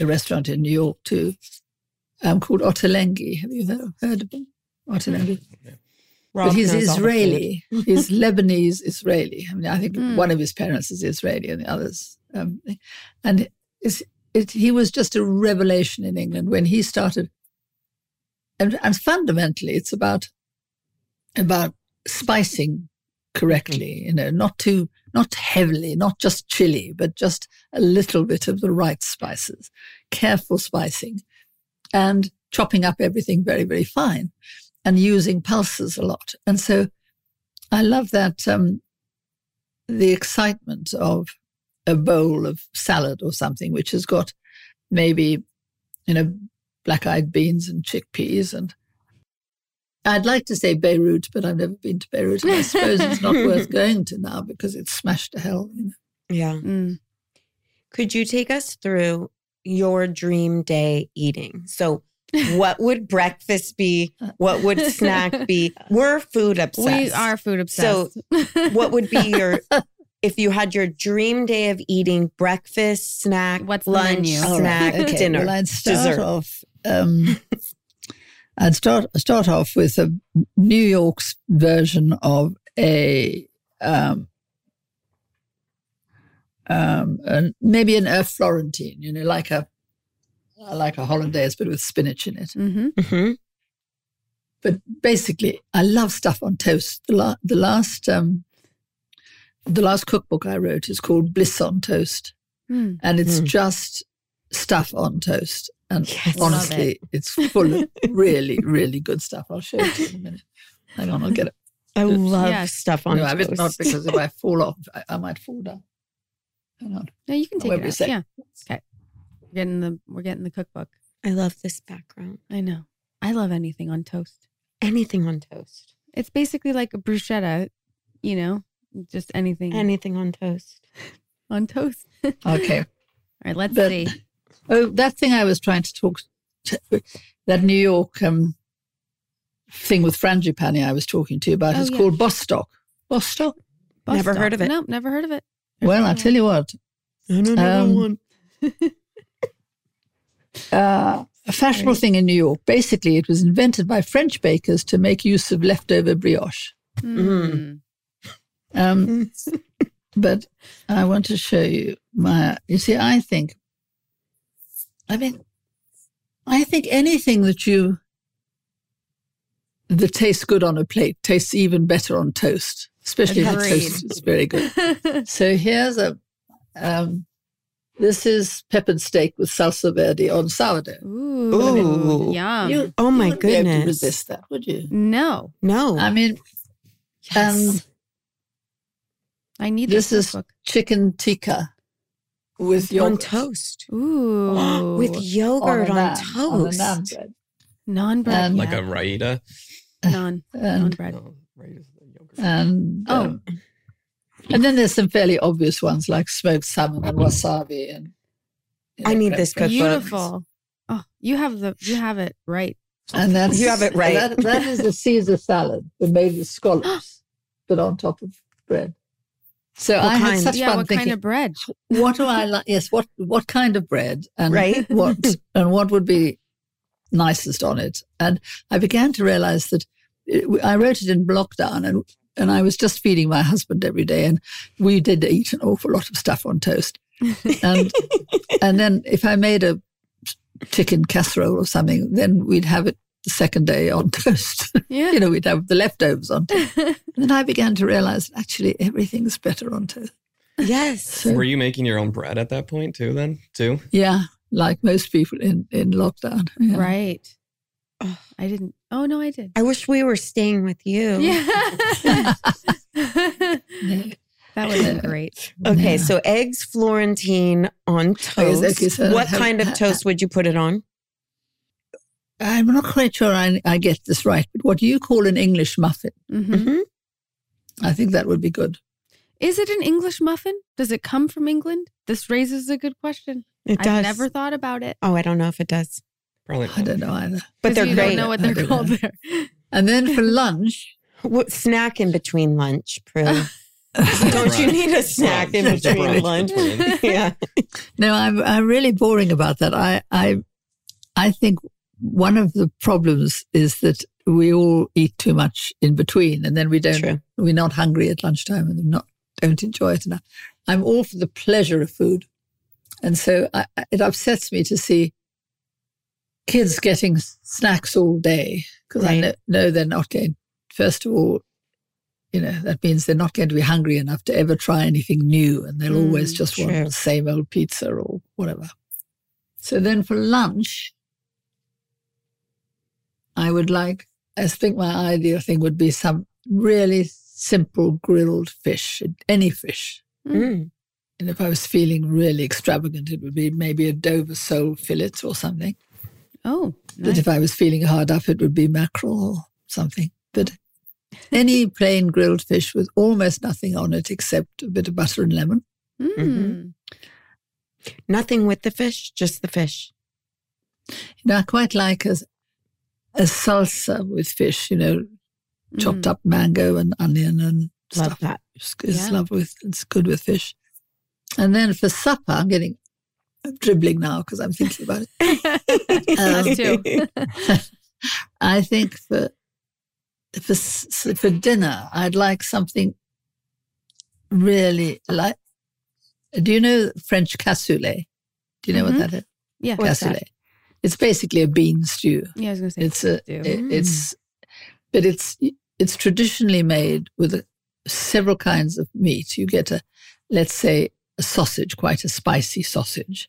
E: a restaurant in New York too um, called Ottolenghi. Have you heard, heard of him? Ottolenghi.
C: Rob
E: But he's
C: knows all the
E: Israeli. He's Lebanese Israeli. I mean, I think
B: Mm.
E: one of his parents is Israeli and the others. Um, and it's, it, he was just a revelation in England when he started. And, and fundamentally, it's about about spicing correctly. You know, not too not heavily, not just chili, but just a little bit of the right spices. Careful spicing, and chopping up everything very very fine and using pulses a lot. And so I love that um, the excitement of a bowl of salad or something, which has got maybe, you know, black eyed beans and chickpeas. And I'd like to say Beirut, but I've never been to Beirut. And I suppose it's not worth going to now because it's smashed to hell. You know?
C: Yeah.
G: Mm-hmm.
B: Mm.
C: Could you take us through your dream day eating? So, what would breakfast be? What would snack be? We're food obsessed.
B: Uh, We are food obsessed.
C: What would be your if you had your dream day of eating breakfast, snack,
B: What's the
C: lunch,
B: menu?
E: All
C: snack,
E: right, okay.
C: dinner?
E: Well, I'd start
C: dessert.
E: off. Um, I'd start start off with a New York's version of a um, um, an- maybe an a Florentine, you know, like a like a hollandaise but with spinach in it.
B: hmm
C: Mhm.
E: But basically, I love stuff on toast. The, la- the last um, the last cookbook I wrote is called Bliss on Toast,
B: Mm.
E: and it's
C: Mm.
E: just stuff on toast. And
C: Yes.
H: Love
E: honestly, it's full of really, really good stuff. I'll show it to you in a minute. Hang on, I'll get it.
C: I love
B: Yes.
C: stuff on
E: No, I mean, not
C: toast.
E: because if I fall off, I, I might fall down. Hang on.
B: No, you can
E: Oh,
B: take
E: wait
B: it.
E: a
B: Out.
E: sec.
B: Yeah. Okay. We're getting the we're getting the cookbook.
C: I love this background.
B: I know. I love anything on toast.
C: Anything on toast.
B: It's basically like a bruschetta, you know, just anything
C: Anything on toast.
B: on toast.
E: Okay.
B: All right, let's
E: But-
B: see.
E: Oh, that thing I was trying to talk to, that New York um, thing with frangipani I was talking to you about
B: Oh,
E: is
B: yeah.
E: called Bostock. Bostock.
C: Never heard
B: Bostock.
C: of it.
B: Nope, never heard of it.
E: Well, I tell you what,
C: I don't
B: Oh.
E: know Um, one. uh, a fashionable thing in New York. Basically, it was invented by French bakers to make use of leftover brioche.
C: Mm.
E: Um,
B: Mm.
E: but I want to show you my. You see, I think. I mean, I think anything that you that tastes good on a plate tastes even better on toast, especially if the
C: Agreed.
E: toast is very good.
B: Mm.
E: So here's a. Um, this is peppered steak with salsa verde on sourdough.
B: Ooh,
C: Ooh.
B: yum.
E: You-
C: Oh
E: you
C: my
E: wouldn't be able to
C: goodness.
E: resist that, would you?
B: no,
C: No.
E: I mean, um,
B: I need this,
E: This is-
B: cookbook.
E: chicken tikka with
C: on
E: yogurt
C: toast.
B: Ooh,
C: With yogurt
E: a
C: on,
E: naan, on a
C: toast.
E: naan bread.
B: non bread,
E: um,
A: Like a raita.
B: non non
E: and
B: bread.
A: No, raita's the yogurt.
E: and
B: Oh.
E: um, and then there's some fairly obvious ones like smoked salmon and wasabi and you
C: I need
E: bread
C: this
E: crumbs.
C: cookbook.
B: Beautiful. Oh, you have the you have it right.
E: And that's
C: You have it right.
E: That, that is a Caesar salad, but made with scallops, but on top of bread. So
C: What
E: I
C: kind?
E: had such
B: yeah,
E: fun
B: what
E: thinking.
B: kind of bread?
E: what do I like? Yes, what what kind of bread and
C: Right?
E: what and what would be nicest on it? And I began to realize that it, I wrote it in lockdown, and and I was just feeding my husband every day, and we did eat an awful lot of stuff on toast, and and then if I made a chicken casserole or something, then we'd have it the second day on toast.
B: Yeah.
E: you know, we'd have the leftovers on. Toast. And then I began to realize actually everything's better on toast.
C: yes.
E: So-
A: Were you making your own bread at that point too? Then too.
E: Yeah, like most people in in lockdown. Yeah.
B: Right.
C: Oh.
B: I didn't. Oh no, I did.
C: I wish we were staying with you.
B: Yeah.
E: Yeah.
B: that would have been great.
C: Okay,
E: Yeah.
C: so eggs Florentine on
E: Okay, so-
C: toast.
E: okay, so
C: what
E: have-
C: kind of
E: ha-
C: toast would you put it on?
E: I'm not quite sure I, I get this right, but what do you call an English muffin?
B: Mhm.
C: Mhm.
E: I think that would be good.
B: Is it an English muffin? Does it come from England? This raises a good question.
C: It does.
B: I've never thought about it.
C: oh, I don't know if it does.
A: Probably.
E: I don't know either.
C: But
B: 'Cause
C: they're
B: you
C: great.
B: don't know what
E: I
B: they're
E: don't
B: called
E: know.
B: there.
E: And then for lunch,
C: What snack in between lunch, Prue? Don't you need a snack in
A: Brunch.
C: between
A: Brunch.
C: lunch? yeah.
E: no, I'm I'm really boring about that. I I I think one of the problems is that we all eat too much in between, and then we don't.
C: True.
E: We're not hungry at lunchtime, and not don't enjoy it enough. I'm all for the pleasure of food, and so I, I- it upsets me to see kids getting s- snacks all day because I
C: Right.
E: know, know they're not going. First of all, you know that means they're not going to be hungry enough to ever try anything new, and they'll always
C: Mm,
E: just
C: true.
E: want the same old pizza or whatever. So then for lunch, I would like, I think my ideal thing would be some really simple grilled fish, any fish.
C: Mm.
E: And if I was feeling really extravagant, it would be maybe a Dover sole fillet or something.
B: Oh,
E: But
B: nice.
E: if I was feeling hard up, it would be mackerel or something. But any plain grilled fish with almost nothing on it except a bit of butter and lemon.
B: Mm.
C: Nothing with the fish, just the fish.
E: You know, I quite like a, a salsa with fish, you know, chopped up mango and onion and
C: Mm. Love
E: stuff.
C: that.
E: It's, it's
B: Yeah.
E: love with it's good with fish. And then for supper, I'm getting I'm dribbling now because I'm thinking about it.
B: Us too.
C: Mm.
E: I think for for s- s- for dinner, I'd like something really like. Do you know French cassoulet? Do you know
B: Mhm.
E: what that is?
B: Yeah.
C: Mm-hmm. What's that?
E: cassoulet. It's basically a bean stew.
B: Yeah, I was gonna say
E: It's a
B: stew.
E: it- it's but it's it's traditionally made with a, several kinds of meat. You get a let's say a a sausage, quite a spicy sausage,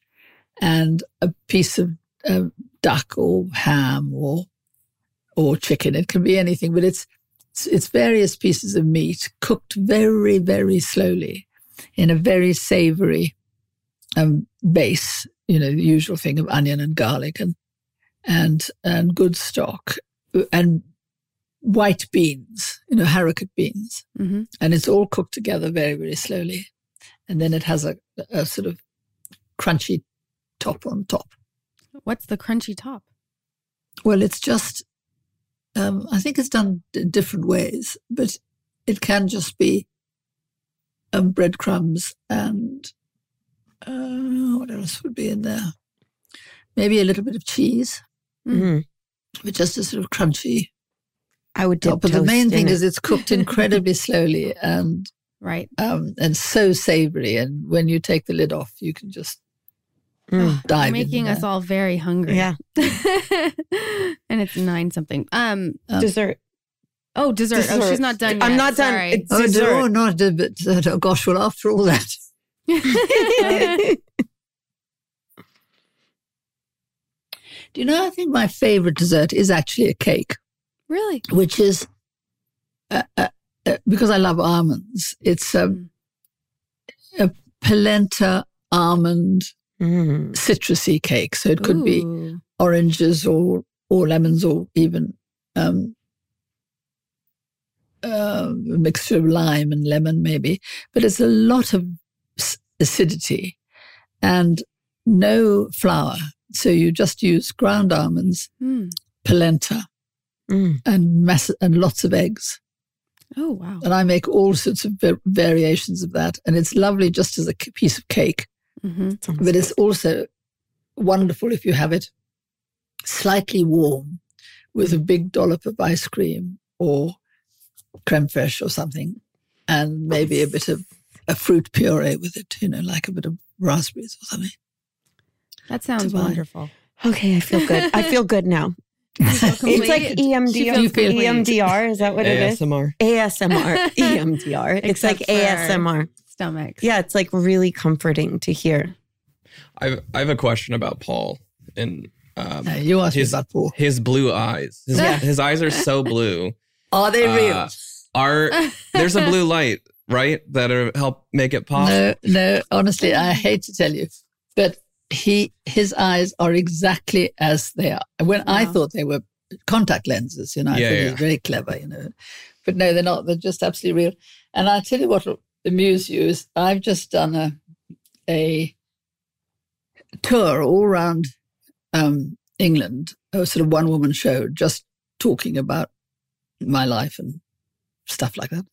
E: and a piece of um, duck or ham or or chicken. It can be anything, but it's it's- it's various pieces of meat cooked very very slowly in a very savory um, base. You know the usual thing of onion and garlic and and and good stock and white beans. You know haricot beans
B: Mhm.
E: and it's all cooked together very very slowly and then it has a, a sort of crunchy top on top
B: What's the crunchy top?
E: well it's just um, i think it's done in different ways but it can just be um, breadcrumbs and uh, what else would be in there maybe a little bit of cheese
C: Mhm.
E: but just a sort of crunchy
C: I would dip
E: top Oh, but the main thing
C: is
E: is it's cooked incredibly slowly and
B: Right.
E: um, and so savory. And when you take the lid off, you can just dive in
B: making
E: there.
B: us all very hungry.
C: Mm. yeah
B: and it's nine something. Um.
C: dessert.
B: Oh, dessert. Oh, she's
C: Dessert.
B: not done.
C: I'm
B: yet.
C: not done.
B: Sorry.
C: It's
E: Oh,
C: dessert.
E: no, not a bit. Oh, gosh, well, after all that, do you know? I think my favorite dessert is actually a cake,
B: really?
E: which is uh, uh, uh, because I love almonds. It's um,
B: Mm.
E: a polenta almond
C: Mm.
E: citrusy cake, so it could be
B: Ooh.
E: oranges or or lemons or even um, uh, a mixture of lime and lemon maybe but it's a lot of s- acidity and no flour so you just use ground almonds
B: Hmm.
E: polenta
C: Mm.
E: and mass- and lots of eggs
B: Oh wow.
E: and i make all sorts of va- variations of that and it's lovely just as a c- piece of cake
B: hmm
C: Sounds
E: but it's also wonderful if you have it slightly warm with a big dollop of ice cream or creme fraiche or something, and maybe a bit of a fruit puree with it, you know, like a bit of raspberries or something.
B: That sounds
E: Divine.
B: wonderful.
C: Okay, I feel good. I feel good now. It's like E
B: Complete. She
C: EMDR.
B: feels complete.
C: EMDR, is that what it is?
A: ASMR.
C: ASMR. EMDR. It's like
B: Except for-
C: ASMR.
B: Stomachs.
C: Yeah, it's like really comforting to hear.
A: I've, I have a question about Paul and um,
E: Uh, you asked me
A: Yes.
E: about Paul.
A: his blue eyes. His,
E: Yeah.
A: his eyes are so blue.
E: Are they
A: Uh, Are there's a blue light right that are, help make it pop?
E: No, no, honestly, I hate to tell you, but he his eyes are exactly as they are. When I
B: Wow.
E: thought they were contact lenses, you know, I
A: Yeah,
E: thought he
A: yeah.
E: was very clever, you know. But no, they're not. They're just absolutely real. And I'll tell you what will amuse you is I've just done a a tour all around um, England, a sort of one woman show, just talking about my life and stuff like that.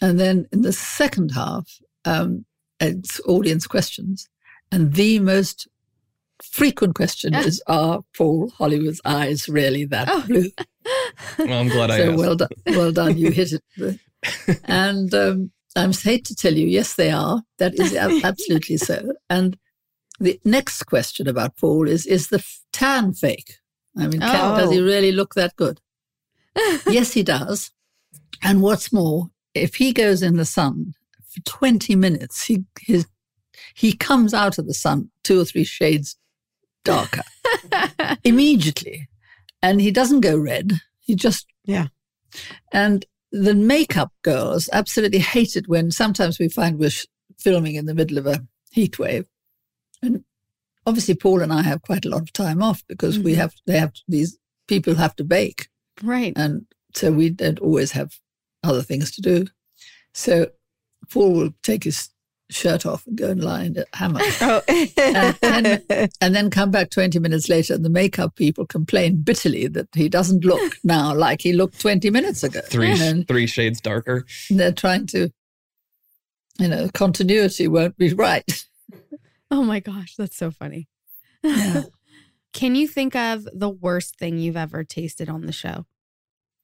E: And then in the second half, um, it's audience questions. And the most frequent question
B: Yeah.
E: is Are Paul Hollywood's eyes really that
B: Oh,
E: blue?
A: Well, I'm glad I
E: so
A: asked.
E: well done. Well done. You hit it. and um, I'm hate to tell you, yes, they are. That is ab- absolutely so. And the next question about Paul is Is the f- tan fake? I mean, can, does he
B: Oh.
E: really look that good? yes, he does. And what's more, if he goes in the sun for 20 minutes, he, his, he comes out of the sun two or three shades darker immediately. And he doesn't go red. He just.
C: Yeah.
E: And the makeup girls absolutely hate it when sometimes we find we're sh- filming in the middle of a heat wave. And obviously, Paul and I have quite a lot of time off because we
B: Mhm.
E: have, they have, these people have to bake
B: right.
E: and so we don't always have other things to do. So Paul will take his shirt off and go and lie in a hammock,
C: Oh.
E: and- and then come back twenty minutes later, and the makeup people complain bitterly that he doesn't look now like he looked twenty minutes ago.
A: Three
E: and
A: three shades darker.
E: they're trying to, you know, continuity won't be right.
B: Oh my gosh, that's so funny.
E: Yeah.
B: Can you think of the worst thing you've ever tasted on the show?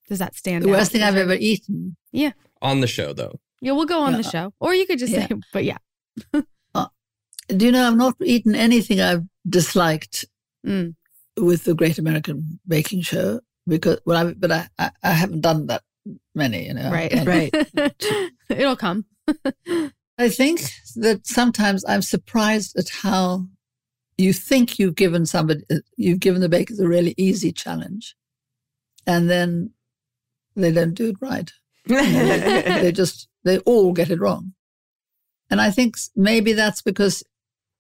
B: Does that stand
E: The
B: out?
E: worst thing
B: Is
E: I've
B: there-
E: ever Uh, eaten
A: On the show though,
B: Yeah, we'll go on
E: Yeah.
B: the show. Or you could just say, but yeah.
E: Do you know I've not eaten anything I've disliked
B: Mm.
E: with the Great American Baking Show because well, I, but I, I I haven't done that many, you know.
B: Right.
E: And
B: It'll come.
E: I think that sometimes I'm surprised at how you think you've given somebody, you've given the bakers a really easy challenge, and then they don't do it right. they just they all get it wrong, and I think s- maybe that's because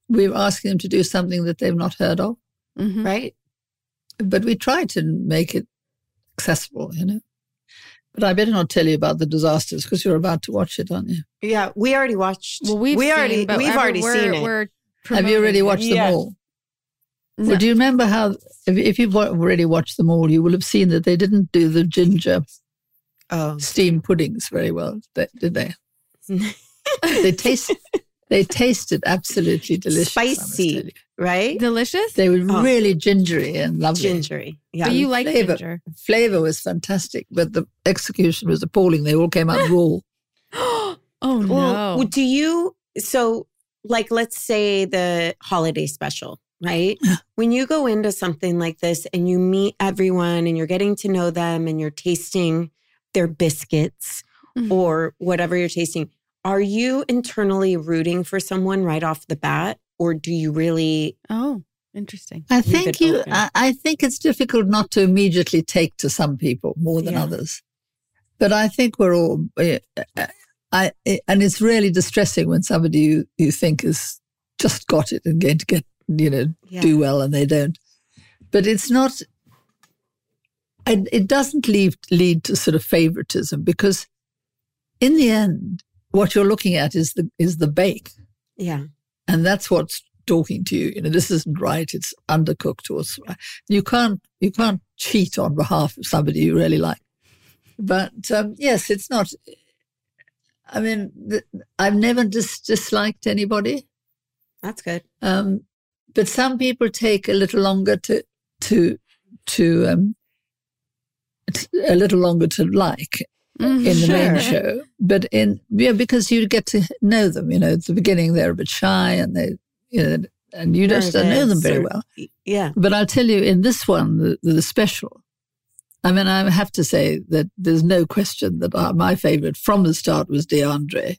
E: we're asking them to do something that they've not heard of,
B: Mhm.
C: right?
E: but we try to make it accessible, you know. But I better not tell you about the disasters because you're about to watch it, aren't you?
C: Yeah, we already watched.
B: Well, we've
C: we
B: seen,
C: already
B: but
C: we've
B: ever-
C: already
B: we're-
C: seen it.
B: We're
E: Have you already
B: promoting it.
E: watched
C: Yes.
E: them all?
B: No.
E: Well, do you remember how, if, if you've wa- already watched them all, you will have seen that they didn't do the ginger
C: oh,
E: steamed puddings very well, th- did they? They taste, they tasted absolutely delicious. I must
C: Spicy.
E: tell you.
C: right?
B: Delicious?
E: They were
C: Oh.
E: really gingery and lovely.
C: Gingery. Yeah.
B: but you like
E: flavor.
B: ginger.
E: Flavor was fantastic, but the execution was appalling. They all came out raw.
B: oh
C: Well,
B: no.
C: do you so like let's say the holiday special, right?
E: Yeah.
C: when you go into something like this and you meet everyone and you're getting to know them and you're tasting their biscuits
B: Mhm.
C: or whatever you're tasting, are you internally rooting for someone right off the bat or do you really
B: oh, interesting.
E: I
C: Leave
E: think
C: it
E: you.
C: open.
E: I, I think it's difficult not to immediately take to some people more than
C: Yeah.
E: others, but I think we're all. eh, eh, I eh, and it's really distressing when somebody you you think has just got it and going to get you know
C: yeah.
E: do well and they don't. But it's not. And it doesn't lead lead to sort of favoritism because, in the end, what you're looking at is the is the bake
C: yeah.
E: and that's what's talking to you you know this isn't right it's undercooked or it's- you can't you can't cheat on behalf of somebody you really like but um, yes it's not i mean th- i've never dis- disliked anybody
C: That's good.
E: um, but some people take a little longer to to to um, t- a little longer to like in the
B: Mm-hmm.
C: Sure.
E: main show. But in yeah, because you get to know them. You know, at the beginning they're a bit shy, and they you know, and you just don't know them
C: Nervous
E: very
C: or-
E: well.
C: Yeah.
E: But I'll tell you, in this one, the, the special. I mean, I have to say that there's no question that uh, my favorite from the start was DeAndre.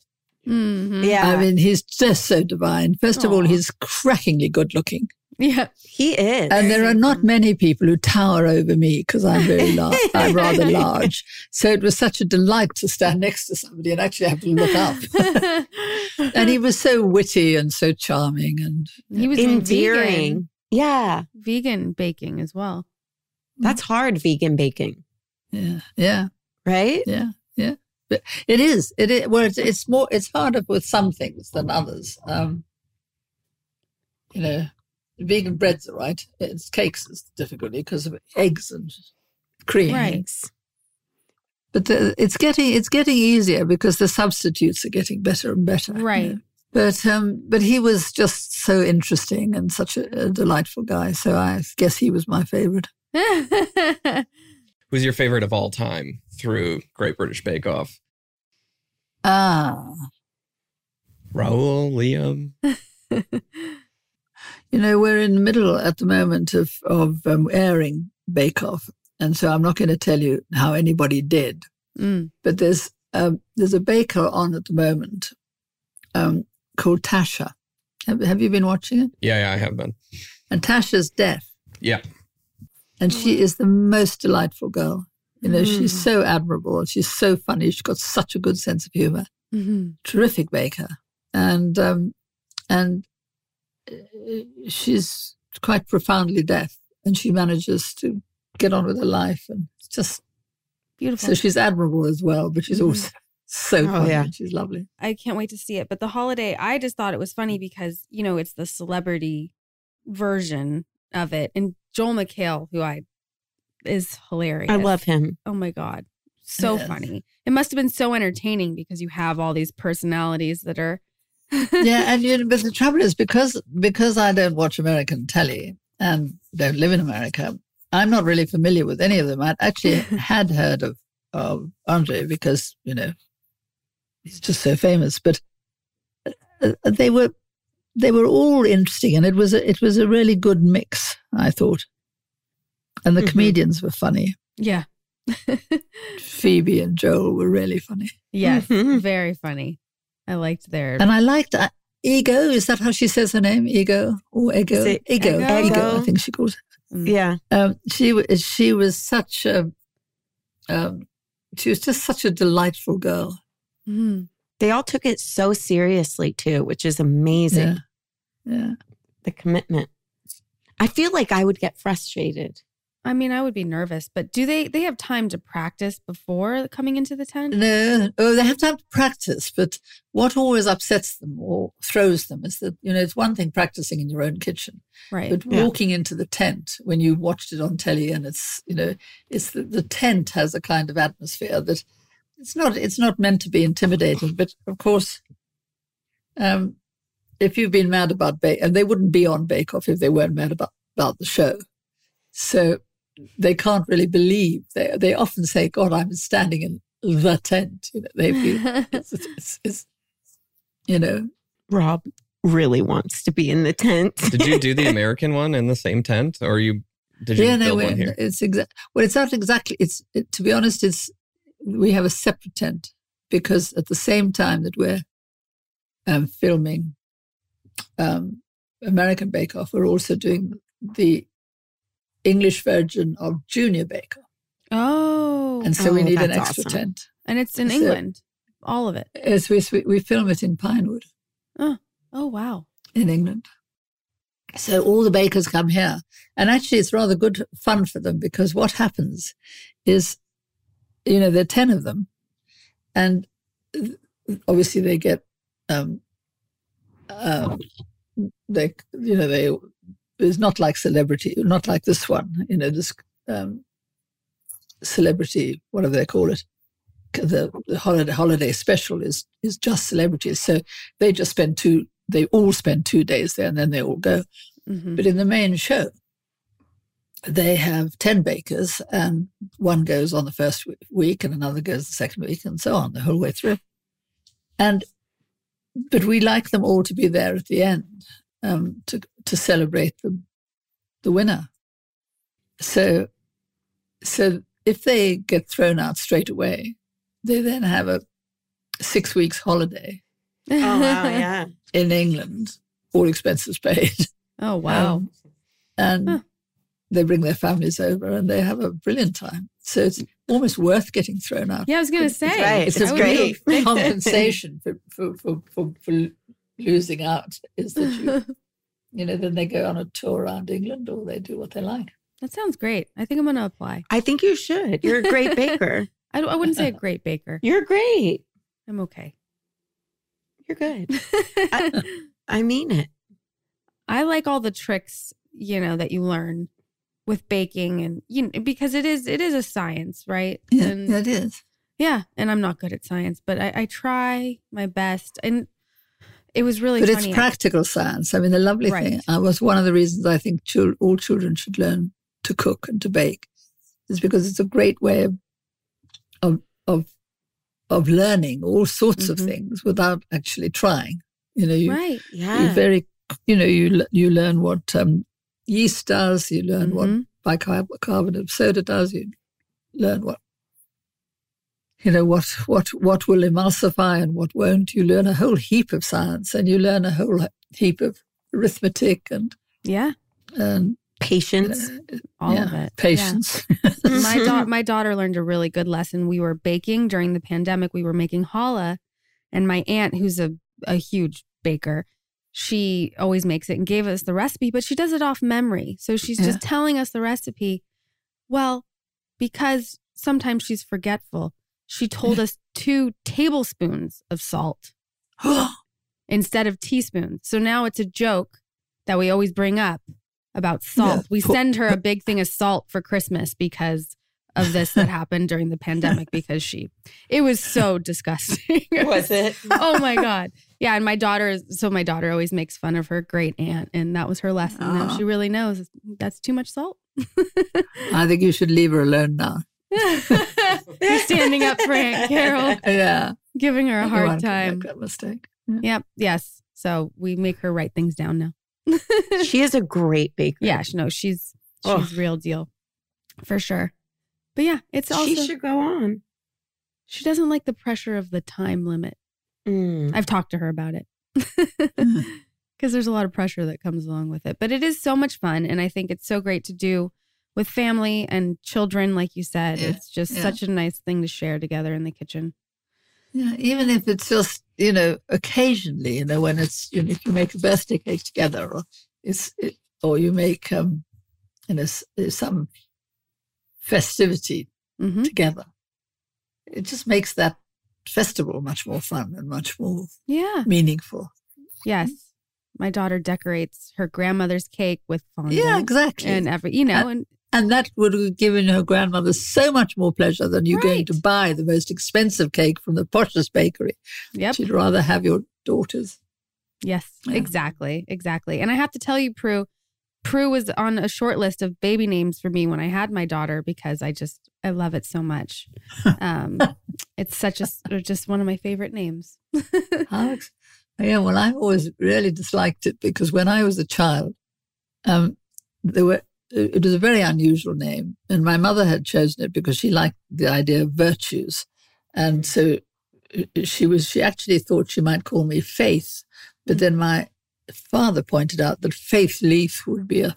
B: Mhm.
C: Yeah.
E: I mean, he's just so divine. First of all,
B: Aw.
E: he's crackingly good looking.
B: Yeah.
C: he is.
E: And there are not many people who tower over me because I'm very large. I'm rather large. So it was such a delight to stand next to somebody and actually have to look up. and he was so witty and so charming. And
B: he Mm-hmm. was doing
C: endearing. Yeah.
B: Vegan, vegan baking as well.
C: That's hard vegan baking,
E: yeah, yeah,
C: right?
E: yeah, yeah. But it is. It is. Well, it's, it's more. It's harder with some things than others. Um, you know, vegan breads are right. It's cakes is the difficulty because of eggs and cream.
B: Right.
E: But the, it's getting it's getting easier because the substitutes are getting better and better. you
B: Right.
E: know. But um, but he was just so interesting and such a, a delightful guy. So I guess he was my favorite.
A: Who's your favorite of all time through Great British Bake Off?
E: Ah,
A: Raoul, Liam.
E: you know we're in the middle at the moment of of um, airing Bake Off, and so I'm not going to tell you how anybody did.
B: Mm.
E: But there's um, there's a baker on at the moment um, called Tasha. Have, have you been watching it?
A: Yeah, yeah, I have been.
E: And Tasha's deaf.
A: Yeah.
E: And she is the most delightful girl. You know, she's
B: Mm.
E: so admirable. She's so funny. She's got such a good sense of humor.
B: Mhm.
E: Terrific baker. And, um, and uh, she's quite profoundly deaf and she manages to get on with her life. And it's just,
B: Beautiful.
E: so she's admirable as well, but she's
B: Mhm.
E: also so
C: Mm-hmm. Oh,
E: funny.
C: yeah.
E: and She's lovely.
B: I can't wait to see it. But the holiday, I just thought it was funny because, you know, it's the celebrity version of it. And Joel McHale, who I is hilarious.
C: I love him.
B: Oh my God. So
E: Yes.
B: funny. It must have been so entertaining because you have all these personalities that are
E: yeah, and you know, but the trouble is because because I don't watch American telly and don't live in America, I'm not really familiar with any of them. I actually had heard of of Andre because you know he's just so famous, but uh, they were they were all interesting, and it was a, it was a really good mix, I thought. And the
C: Mhm.
E: comedians were funny.
B: Yeah.
E: Phoebe and Joel were really funny.
B: yes.
C: Mhm.
B: Very funny. I liked their
E: And I liked that. Ego, is that how she says her name? Ego or Ego?
C: Is it
E: Ego.
B: Ego?
E: Ego, I think she calls
C: Yeah.
E: um, she wa- she was such a um, she was just such a delightful girl.
B: Mhm.
C: They all took it so seriously too, which is amazing.
E: Yeah, yeah.
C: The commitment. I feel like I would get frustrated.
B: I mean, I would be nervous, but do they they have time to practice before coming into the tent?
E: No, oh, they have to have practice. But what always upsets them or throws them is that you know it's one thing practicing in your own kitchen,
B: Right.
E: but
C: Yeah.
E: walking into the tent when you watched it on telly and it's you know it's the, the tent has a kind of atmosphere that it's not it's not meant to be intimidating. But of course, um, if you've been mad about Bake, and they wouldn't be on Bake Off if they weren't mad about about the show, so they can't really believe they they often say, "God, I'm standing in the tent." You know, they feel it's, it's, it's, it's you know
C: Rob really wants to be in the tent.
A: Did you do the American one in the same tent, or you did you
E: yeah, no,
A: build
E: we're-
A: one here?
E: It's exact. Well, it's not exactly. It's it, to be honest, it's we have a separate tent because at the same time that we're um, filming um, American Bake Off, we're also doing the English version of Junior Bake Off,
B: Oh.
E: and so we
C: Oh,
E: need an
C: that's
E: extra
C: awesome.
E: tent.
B: And it's in
E: So-
B: England. All of it.
E: As we we- we film it in Pinewood.
B: Oh wow.
E: in England. So all the bakers come here. And actually, it's rather good fun for them because what happens is, you know, there are 10 of them. And th- obviously, they get, um, uh, they, you know, they, it's not like celebrity, not like this one, you know, this um, celebrity, whatever they call it. The, the holiday, holiday special is, is just celebrities. So they just spend two they all spend two days there and then they all go
B: Mhm.
E: but in the main show they have 10 bakers and one goes on the first w- week and another goes the second week and so on the whole way through and but we like them all to be there at the end um, to to celebrate the the winner so so if they get thrown out straight away they then have a six weeks holiday
C: Oh,
E: Oh, in England, all expenses paid.
B: oh wow.
E: Um, and
B: Huh.
E: they bring their families over and they have a brilliant time. So it's almost worth getting thrown out.
B: yeah, I was gonna say.
C: right.
E: It's
B: I
E: a
B: would be-
C: great.
E: real compensation for, for, for, for, for losing out is that you, you know, then they go on a tour around England or they do what they like.
B: that sounds great. I think I'm gonna apply.
C: I think you should. You're a great baker.
B: I, I wouldn't say a great baker.
C: You're great.
B: I'm okay.
C: You're good. I mean it.
B: I like all the tricks, you know, that you learn with baking and you know, because it is it is a science, right? And
E: it is.
B: yeah, and I'm not good at science, but I, I try my best. And it was really
E: But it's
B: funny.
E: practical science. I mean, the lovely thing
B: Right.
E: uh, was one of the reasons I think chil- all children should learn to cook and to bake, is because it's a great way of of of, of learning all sorts
B: Mhm.
E: of things without actually trying. You know, you,
B: right.
E: you
C: Yeah.
E: very you know you le- you learn what um, yeast does, you learn what
B: Mhm.
E: bicarbonate of soda does, you learn what you know what what what will emulsify and what won't. You learn a whole heap of science, and you learn a whole heap of arithmetic and
B: Yeah.
E: and you
C: Patience.
E: know,
B: All
E: yeah,
B: of it. Yeah.
E: patience.
B: my daughter my daughter learned a really good lesson we were baking during the pandemic we were making challah and my aunt who's a, a huge baker she always makes it and gave us the recipe but she does it off memory so she's just telling us the recipe well because sometimes she's forgetful she told us two tablespoons of salt instead of teaspoons so now it's a joke that we always bring up about salt. We
E: Poor-
B: send her a big thing of salt for Christmas because of this that happened during the pandemic because she it was so disgusting.
C: Was it?
B: oh my god. Yeah, and my daughter is so my daughter always makes fun of her great aunt and that was her lesson. Now
E: Aw.
B: she really knows that's too much salt.
E: I think you should leave her alone now.
B: You're standing up for Aunt Carol,
E: Yeah,
B: giving her a
E: You
B: hard
E: won't
B: time.
E: Make that mistake.
B: Yep, yes. So we make her write things down now.
C: she is a great baker.
B: Yeah, sh- no, she's she's
C: Ugh.
B: real deal for sure. But yeah, it's also
C: she should go on.
B: she doesn't like the pressure of the time limit.
C: Mm.
B: I've talked to her about it.
E: Hmm.
B: Because there's a lot of pressure that comes along with it. But it is so much fun. And I think it's so great to do with family and children, like you said.
E: Yeah,
B: It's just
E: yeah.
B: such a nice thing to share together in the kitchen.
E: Yeah, even if it's just you know occasionally, you know when it's you know if you make a birthday cake together, or it's it, or you make um you know s- uh, some festivity
B: hmm
E: together, it just makes that festival much more fun and much more
B: Yeah.
E: meaningful.
B: Yes. My daughter decorates her grandmother's cake with fondant.
E: Mm-hmm. Yeah, exactly.
B: And
E: And,
B: every, you know, and
E: that would have given her grandmother so much more pleasure than you going
B: Right.
E: to buy the most expensive cake from the poshest bakery.
B: yep.
E: She'd rather have your daughter's.
B: Yes,
E: Yeah.
B: exactly. Exactly. And I have to tell you, Prue, Prue was on a short list of baby names for me when I had my daughter because I just, I love it so much. Um, it's such a, s- just one of my favorite names.
E: Alex? Yeah, well, I always really disliked it because when I was a child, um, there were it was a very unusual name, and my mother had chosen it because she liked the idea of virtues, and so uh, she was she actually thought she might call me Faith, but then my father pointed out that Faith Leaf would be a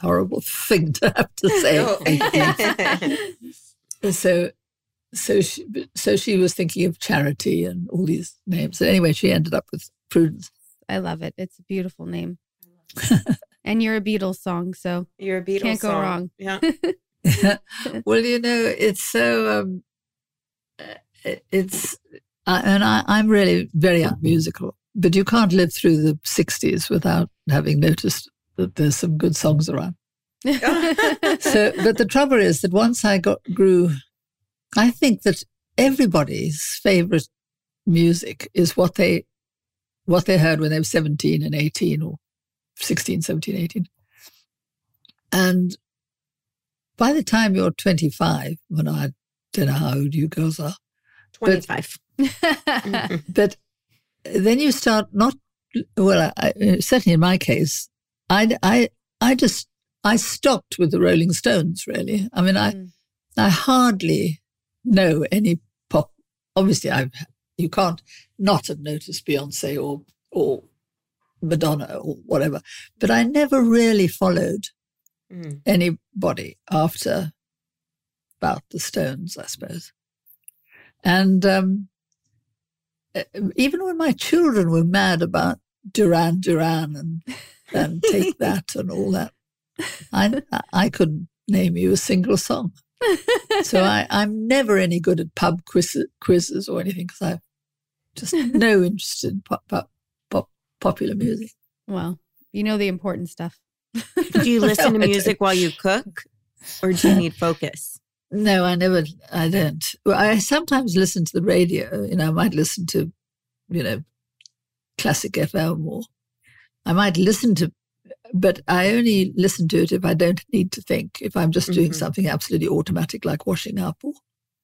E: horrible thing to have to say.
C: Oh.
E: Faith Leaf. And so so she so she was thinking of charity and all these names. So anyway, she ended up with Prudence.
B: I love it. It's a beautiful name. and you're a Beatles song. So
C: You're a Beatles
B: Can't go
C: song.
B: wrong.
C: Yeah.
E: well, you know, it's so um, uh, it- it's I and I, I'm really very unmusical, but you can't live through the '60s without having noticed that there's some good songs around. so, but the trouble is that once I got grew, I think that everybody's favorite music is what they what they heard when they were 17 and 18 or 16 17 18 and by the time you're 25 when i don't know how old you girls are
C: 25.
B: Mm-hmm.
E: but then you start not well I, I- certainly in my case I, I i just i stopped with the rolling stones really i mean i
B: Mm.
E: i hardly know any pop obviously i you can't not have noticed beyonce or or madonna or whatever but i never really followed
B: Mm-hmm.
C: Mm.
E: anybody after about the Stones, I suppose. And um, e- even when my children were mad about Duran Duran and, and Take That and all that, I, I couldn't name you a single song. So I, I'm never any good at pub quiz, quizzes or anything because I just no interest in pop, pop, pop, popular music.
B: well, you know the important stuff.
C: Do you listen to
E: No, I
C: music
E: don't.
C: while you cook or do you need focus?
E: No, I never. I don't. Well, I sometimes listen to the radio. You know, I might listen to, you know, classic FM or I might listen to, but I only listen to it if I don't need to think. If I'm just doing
C: Mhm.
E: something absolutely automatic, like washing up or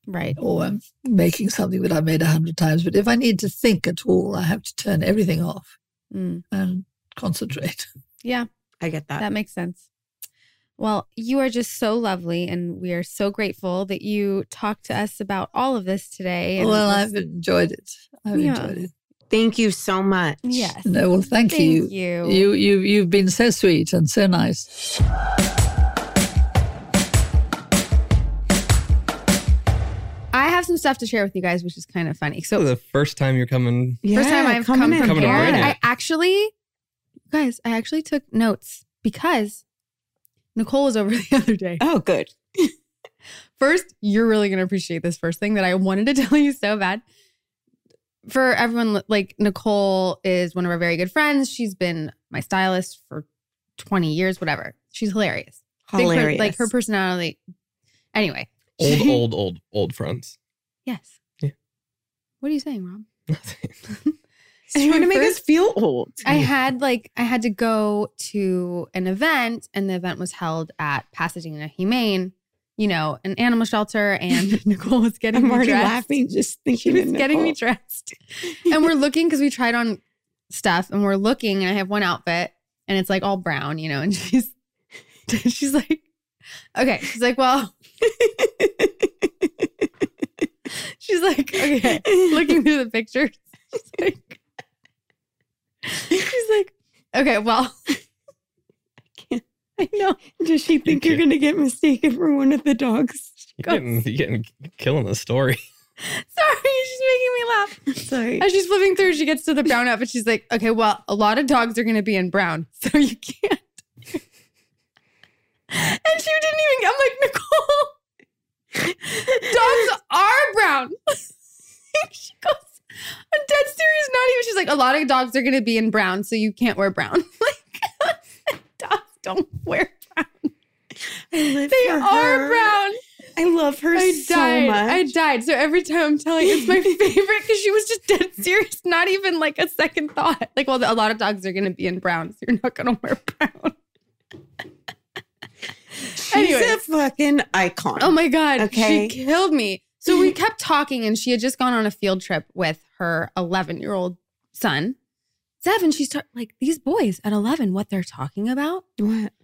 B: Right.
E: or um, making something that I've made a hundred times. But if I need to think at all, I have to turn everything off
B: Mm.
E: and concentrate.
B: Yeah.
C: I get that.
B: That makes sense. Well, you are just so lovely, and we are so grateful that you talked to us about all of this today. And
E: well,
B: it
E: I've
B: was-
E: enjoyed it. I've
B: Yeah.
E: enjoyed it.
C: Thank you so much.
B: yes.
E: No, well, thank,
B: Thank
E: you.
B: you.
E: You you you've been so sweet and so nice.
B: I have some stuff to share with you guys, which is kind of funny. So,
A: So the first time you're coming,
B: first time I've come
A: in. Coming
B: prepared,
A: right in.
B: I actually, guys, I actually took notes because Nicole was over the other day.
C: Oh, good.
B: First, you're really going to appreciate this first thing that I wanted to tell you so bad. For everyone, like Nicole is one of our very good friends. She's been my stylist for 20 years, whatever. She's hilarious. Big per-
C: Hilarious.
B: like her personality. Anyway.
A: old,
B: she-
A: old, old, old friends.
B: Yes.
A: Yeah.
B: What are you saying, Rob?
C: He's trying to make us
B: first-
C: feel old.
B: I had like I had to go to an event, and the event was held at Pasadena Humane, you know, an animal shelter, and Nicole was getting
C: I'm
B: me
C: already
B: dressed.
C: laughing just
B: She
C: thinking.
B: was
C: of
B: getting me
C: Nicole.
B: dressed, and we're looking because we tried on stuff, and we're looking, and I have one outfit, and it's like all brown, you know, and she's she's like, okay, she's like, well, she's like, okay, looking through the pictures.
C: She's like,
B: Okay, well,
C: I know. Does she think you're going to get mistaken for one of the dogs?
A: You're getting, you're getting killing the story.
B: sorry, she's making me laugh.
C: Sorry.
B: As she's flipping through, she gets to the brown outfit. She's like, okay, well, a lot of dogs are going to be in brown, so you can't. and she didn't even, I'm like, Nicole, dogs are brown. she goes, I'm dead serious, not even. She's like, a lot of dogs are going to be in brown, so you can't wear brown. like, dogs don't wear brown.
C: I live
B: They
C: for
B: are
C: her.
B: brown.
C: I love her
B: I
C: so
B: died.
C: much.
B: I died. So every time I'm telling, it's my favorite because she was just dead serious, not even like a second thought. Like, well, a lot of dogs are going to be in brown, so you're not going to wear brown.
C: She's a
B: Anyways.
C: fucking icon.
B: Oh my god,
C: Okay.
B: she killed me. So we kept talking, and she had just gone on a field trip with her 11 year old son, Seven. She's ta- like these boys at 11, what they're talking about.
C: What?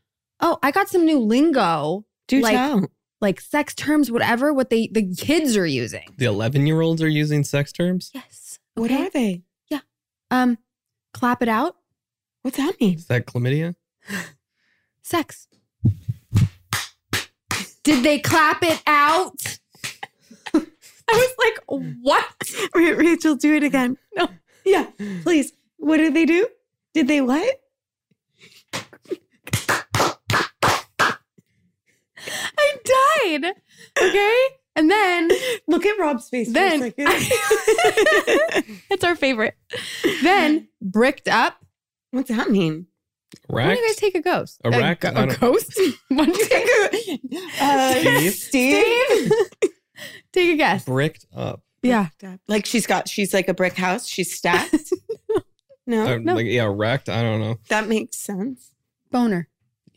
B: Oh, I got some new lingo,
C: Do
B: Like-
C: tell.
B: like sex terms, whatever. What they the kids are using.
A: The 11 year olds are using sex terms.
B: Yes.
C: What
B: Okay.
C: are they?
B: Um, clap it out.
C: What's that mean?
A: Is that chlamydia?
B: Sex. Did they clap it out? I was like, what?
C: Ra- Rachel, do it again. No. Yeah, please. What did they do? Did they what?
B: I died. Okay. And then
C: Look at Rob's face
B: Then-
C: for a second.
B: that's our favorite. Then bricked up.
C: What's that mean?
A: Racked?
B: When do you guys take a ghost?
A: A rack?
B: go-
A: I
B: A,
A: don't-
B: ghost? When do you take a
C: Uh,
A: Steve?
B: Steve? Take a guess.
A: Bricked up.
B: Yeah.
C: Like she's got, she's like a brick house. She's stacked. no,
A: Uh,
B: Oh, no.
A: Like, yeah, wrecked. I don't know.
C: that makes sense.
B: Boner.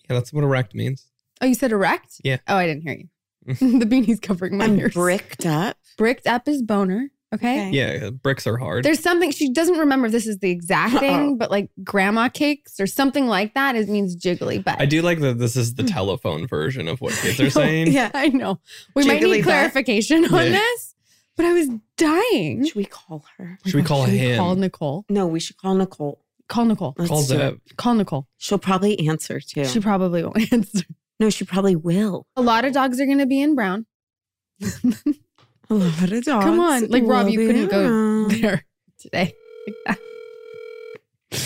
A: Yeah, that's what a wrecked means.
B: Oh, you said erect?
A: Yeah.
B: Oh, I didn't hear you. the beanie's covering my
C: I'm
B: ears.
C: bricked up.
B: Bricked up is boner. Okay.
C: Okay.
A: Yeah, uh, bricks are hard.
B: There's something she doesn't remember if this is the exact
C: Uh-oh.
B: thing, but like grandma cakes or something like that. It means jiggly butt.
A: I do like that this is the telephone version of what kids are saying.
C: Yeah.
B: Hmm. I know. We might
C: Jiggly
B: need
C: butt.
B: clarification on
A: Yeah.
B: this, but I was dying.
C: Should we call her?
A: Should we Uh, call him?
B: Call Nicole.
C: No, we should call Nicole.
B: Call Nicole.
C: Let's
A: Call
C: do it.
A: Zeb.
B: Call Nicole.
C: She'll probably answer too.
B: She probably won't answer.
C: no, she probably will.
B: A lot of dogs are going to be in brown
C: Oh, A lot of dogs.
B: on. Like, Rob,
C: will
B: you
C: be
B: couldn't go
C: around.
A: Uh-huh.
B: there today.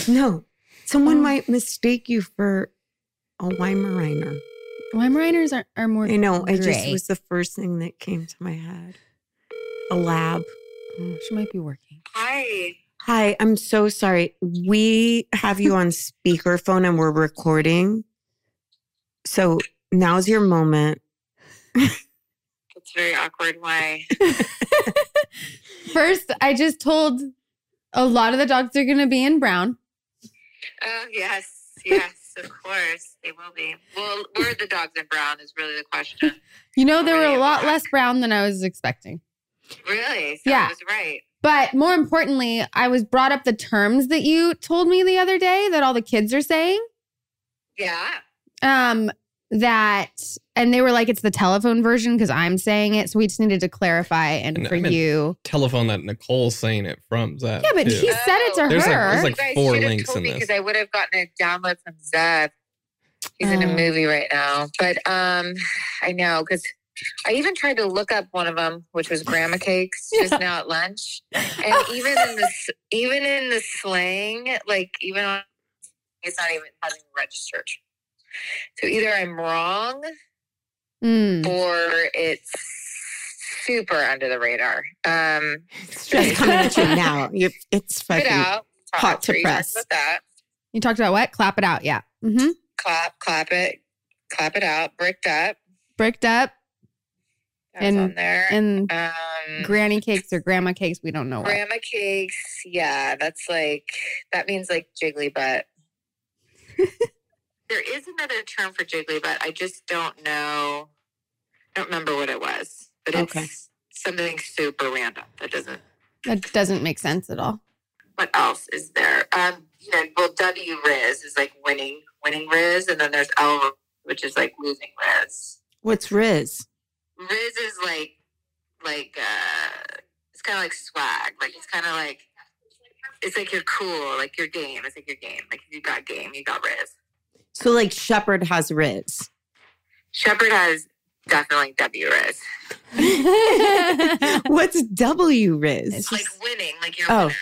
C: No, someone
B: Oh.
C: might mistake you for a Weimaraner.
B: Weimaraners are, are more.
C: I know. I just
B: gray.
C: was the first thing that came to my head. A lab.
B: Oh, she might be working.
I: Hi.
C: Hi, I'm so sorry. We have you on speakerphone and we're recording. So now's your moment.
I: That's very awkward. Why?
B: First, I just told a lot of the dogs are going to be in brown.
I: Oh, yes. Yes, of course. They will be. Well, were the dogs in brown is really the question.
B: You know, they were a lot less brown than I was expecting.
I: Really? So
B: Yeah.
I: I was right.
B: But more importantly, I was brought up the terms that you told me the other day that all the kids are saying.
I: Yeah.
B: Um, that and they were like, it's the telephone version because I'm saying it. So we just needed to clarify and
A: And
B: for
A: I meant-
B: you.
A: Telephone that Nicole's saying it from. Zeb,
B: Yeah, but
A: too.
B: he said it to
I: Oh,
A: There's like-
B: her.
A: there's like- four
I: should have
A: links
I: told
A: in
I: me
A: this.
I: Because I would have gotten a download from Zeb. He's in
B: Oh.
I: a movie right now. But um, I know because I even tried to look up one of them, which was grandma cakes, just now at lunch. And even in the s- even in the slang, like even on, it's not even hasn't even registered. So either I'm wrong
B: Mm.
I: or it's super under the radar. Um,
C: Stress coming at you now. You're, it's
I: spit
C: fucking.
I: out. Talk
C: hot to
I: three
C: press.
I: times About that.
B: You talked about what? Clap it out. Yeah. hmm
I: clap, clap it, clap it out, bricked up.
B: Bricked up
I: That
B: And-
I: was on there.
B: and
I: um,
B: granny cakes or grandma cakes. We don't know what.
I: grandma cakes. Yeah, that's like that means like jiggly butt. there is another term for jiggly butt. I just don't know. I don't remember what it was, but it's
C: Okay.
I: something super random that doesn't.
B: That doesn't make sense at all.
I: What else is there? Um, you know, well, W Riz is like winning, winning Riz, and then there's L, which is like losing Riz.
C: What's Riz?
I: Riz is like, like, uh, it's kind of like swag. Like, it's kind of like, It's like you're cool, like your game. It's like your game. Like you got game, you got Riz.
C: So like Shepherd has Riz.
I: Shepard has definitely W Riz.
C: What's W Riz?
I: It's like winning, like you're a
C: Oh.
I: winner.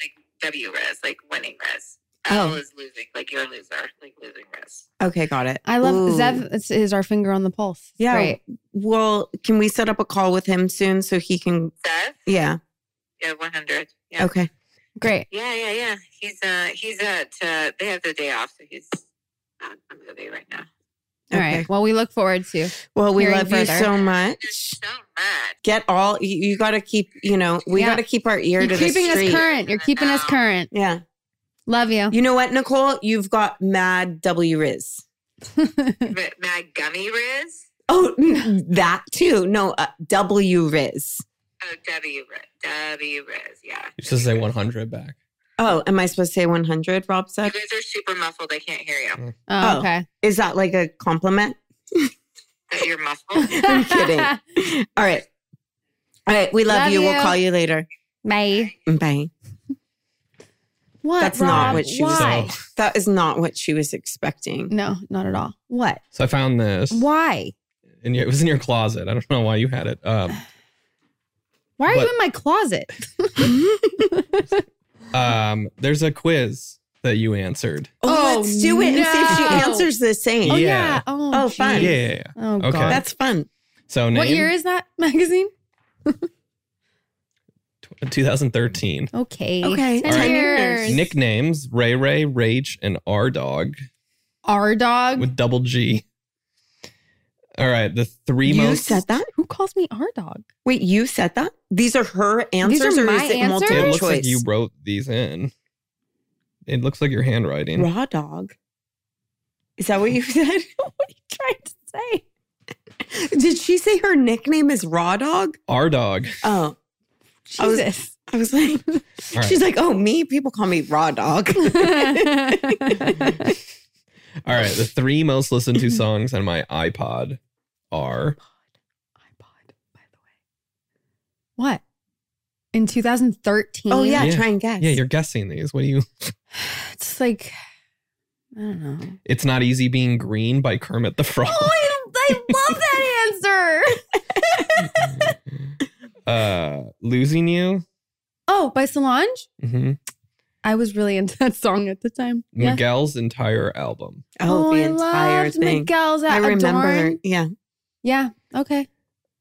I: Like W Riz, like winning Riz.
C: Oh.
I: L is losing, like you're a loser, like losing Riz.
C: Okay, got it.
B: I love
C: Ooh.
B: Zev is, is our finger on the pulse.
C: Yeah.
B: Great.
C: Well, can we set up a call with him soon so he can?
I: Seth?
C: Yeah.
I: Yeah, one hundred. Yeah.
C: Okay.
B: Great.
I: Yeah, yeah, yeah. He's uh he's at uh they have the day off, so he's not on the day right now.
B: All
C: okay.
B: right. Well, we look forward to.
C: Well, we
B: Hearing
C: love
B: further.
C: you so much.
I: There's so much.
C: Get all you, you got to keep. You know, we
B: Yeah.
C: got to keep our ear
B: You're
C: to the
B: keeping us
C: street.
B: current. You're keeping us current.
C: Yeah.
B: Love you.
C: You know what, Nicole? You've got mad W Riz.
I: Ma- Mad gummy Riz?
C: Oh, n- that too. No, uh, W Riz.
I: Oh, W Riz. W Riz, yeah.
A: You should say 100 back.
C: Oh, am I supposed to say 100, Rob
I: You
C: said?
I: guys are super muffled. I can't hear you.
B: Oh,
C: Oh.
B: okay.
C: Is that like a compliment?
I: That you're muffled.
C: I'm kidding. All right. All right. We love,
B: Love
C: you.
B: you.
C: We'll call you later.
B: May.
C: Bye.
B: What?
C: That's not
B: Rob?
C: what she was
B: Why?
A: So,
C: That is not what she was expecting.
B: No, not at all. What?
A: so I found this.
B: Why?
A: In your, it was in your closet. I don't know why you had it. Um,
B: Why are
A: What?
B: you in my closet? Oh,
A: um, there's a quiz that you answered.
C: Oh, let's do it and see if she
B: no.
C: answers the same.
B: Oh yeah.
A: Yeah.
B: Oh,
C: Oh,
B: geez.
A: Yeah.
C: fun.
A: yeah, yeah.
B: Oh
A: Okay.
B: god.
C: That's fun.
A: So name,
B: what year is that magazine?
A: 2013.
B: Okay.
C: Okay.
B: Ten
A: All right.
B: years.
A: Nicknames Ray Ray, Rage, and R Dog
B: R dog.
A: with double G. All right. The three
C: you
A: most.
C: said that?
B: Who calls me R dog?
C: Wait, you said that? These are her answers
B: These are
C: or
B: my
C: is it
B: answers?
A: it
C: multiple
A: looks
C: choice?
A: like you wrote these in. It looks like your handwriting.
C: Raw dog. Is that what you said? what are you trying to say? Did she say her nickname is Raw Dog?
A: R Dog.
C: Oh, I was-
B: Jesus.
C: I was like,
A: All right.
C: she's like, oh, me. People call me Raw Dog.
A: All right. The three most listened to songs on my iPod are
B: iPod, by the way. What? In 2013?
C: oh yeah,
A: Yeah.
C: try and guess.
A: Yeah, you're guessing these. What do you
B: It's like, I don't know.
A: It's Not Easy Being Green by Kermit the
C: Oh,
A: Frog.
B: I, love that answer.
A: uh Losing You.
B: Oh, by Solange?
A: hmm
B: I was really into that song at the time. Yeah.
A: Miguel's entire album.
C: oh, the
B: I
C: entire
B: loved
C: thing.
B: Miguel's
C: I
B: at
C: remember.
B: Adorn.
C: Yeah.
B: Yeah. Okay.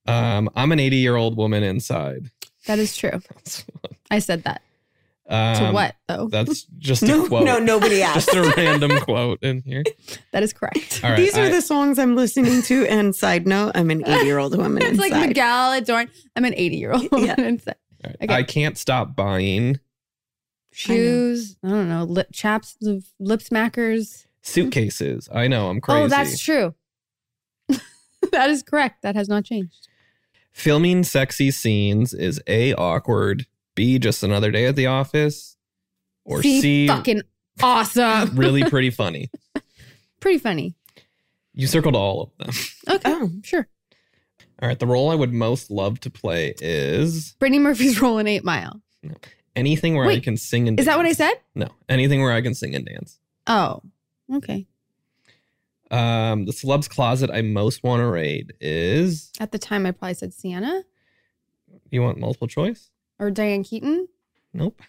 A: Um, I'm an 80 year old woman inside.
B: That is true. I said that.
A: um,
B: to what, though?
A: That's just a
C: No,
A: quote.
C: no, nobody asked.
A: Just a random quote in here.
B: That is correct.
A: All right.
C: These are
A: I-
C: the songs I'm listening to. And side note, I'm an 80 year old woman.
B: it's like
C: inside.
B: Miguel Adorn. I'm an 80 year old.
C: Yeah.
A: all right.
B: okay.
A: I can't stop buying.
B: Shoes. I, don't know. Lip chaps, lip smackers.
A: Suitcases. I know, I'm crazy.
B: Oh, that's true. that is correct. That has not changed.
A: Filming sexy scenes is A, awkward, B, just another day at the office, or
B: See,
A: C,
B: fucking awesome.
A: really pretty funny.
B: Pretty funny.
A: You circled all of them.
B: Okay,
C: Oh,
A: Uh-huh.
B: sure.
A: All right. The role I would most love to play is
B: Brittany Murphy's rolling eight mile.
A: anything where I
B: Wait,
A: can sing and
B: Is that what I
A: dance.
B: said?
A: No, anything where I can sing and dance.
B: Oh, okay.
A: Um, the celebs closet I most want to raid is
B: At the time, I probably said Sienna
A: you want multiple choice?
B: or Diane Keaton.
A: Nope.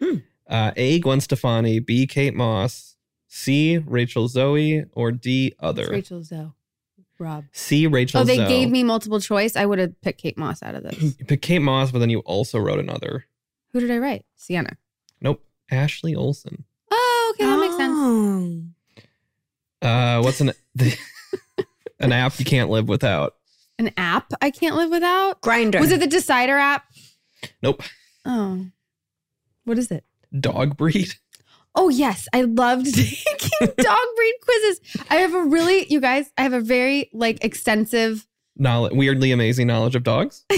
C: Hmm.
A: Uh, A. Gwen Stefani, B. Kate Moss, C. Rachel Zoe, or D.
B: It's
A: Other.
B: Rachel Zoe. Rob.
A: C. Rachel.
B: Oh, they
A: Zoe.
B: gave me multiple choice. I would have picked Kate Moss out of those.
A: You picked Kate Moss, but then you also wrote another.
B: Who did I write? Sienna.
A: Nope. Ashley Olsen.
B: Oh, okay. That makes sense.
C: sense.
A: Uh, what's an an app you can't live without?
B: An app I can't live without.
C: Grinder.
B: Was it the Decider app?
A: Nope.
B: Oh, what is it?
A: Dog breed.
B: Oh yes, I loved taking dog breed quizzes. I have a really, you guys, I have a very like extensive.
A: Knowledge, weirdly amazing knowledge of dogs.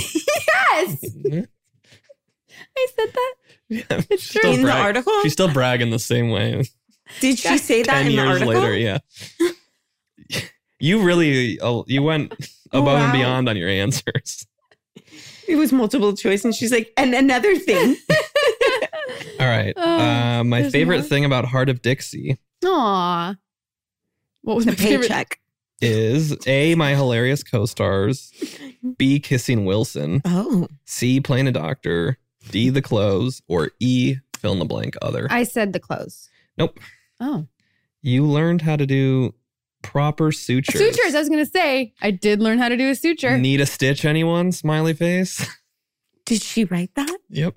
B: Yes,
A: Mhm.
B: I said that.
A: yeah,
B: It's
A: she's
B: true.
A: still
C: in the
A: brag-
C: article?
A: She's still bragging the same way.
C: Did she say that
A: Ten
C: in the
A: years
C: article?
A: later, yeah. you really uh, you went above
C: Oh, Wow.
A: and beyond on your answers.
C: It was multiple choice, and she's like, and another thing.
A: All right.
B: Oh,
A: Uh, my
B: there's
A: favorite
B: more?
A: thing about Heart of Dixie
B: Aw. What was
C: The
B: my favorite?
C: paycheck.
A: is A, my hilarious co stars, B, Kissing Wilson,
C: Oh,
A: C, Playing a Doctor, D, The Clothes, or E, fill in the blank other.
B: I said the clothes.
A: Nope.
B: Oh.
A: you learned how to do proper sutures.
B: Sutures. I was going to say, I did learn how to do a suture.
A: Need a stitch, anyone? Smiley face.
C: did she write that?
A: yep.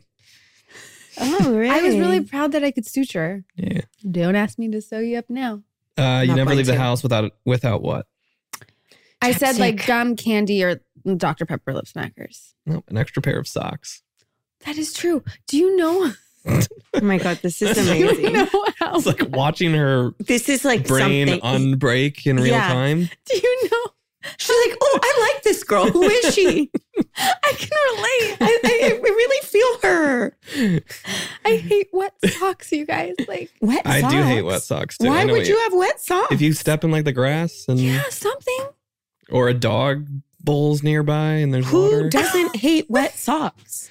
C: Oh, really?
B: I was really proud that I could suture.
A: Yeah.
B: Don't ask me to sew you up now.
A: Uh, you
C: Not
A: never
C: mine
A: leave the
C: too.
A: house without without what?
B: I said like
C: Chapstick.
B: gum candy or Dr. Pepper lip smackers.
A: Nope. An extra pair of socks.
B: That is true. Do you know?
C: Oh my god, this is
B: Do you
C: amazing.
B: know how?
A: It's like watching her
C: this is Oh. like
A: brain
C: something.
A: unbreak in real
C: Yeah.
A: time.
B: Do you know?
C: She's like, oh, I like this girl. Who is she?
B: I can relate.
C: I, I, I really feel her.
B: I hate wet socks, you guys. Like,
C: Wet.
A: I do hate wet
C: socks?
A: socks too. I
C: Why
A: know
C: would
A: what
C: you have wet socks?
A: If you step in like the grass and
B: yeah, something.
A: or a dog bowls nearby and there's
C: Who
A: water.
C: doesn't hate wet socks?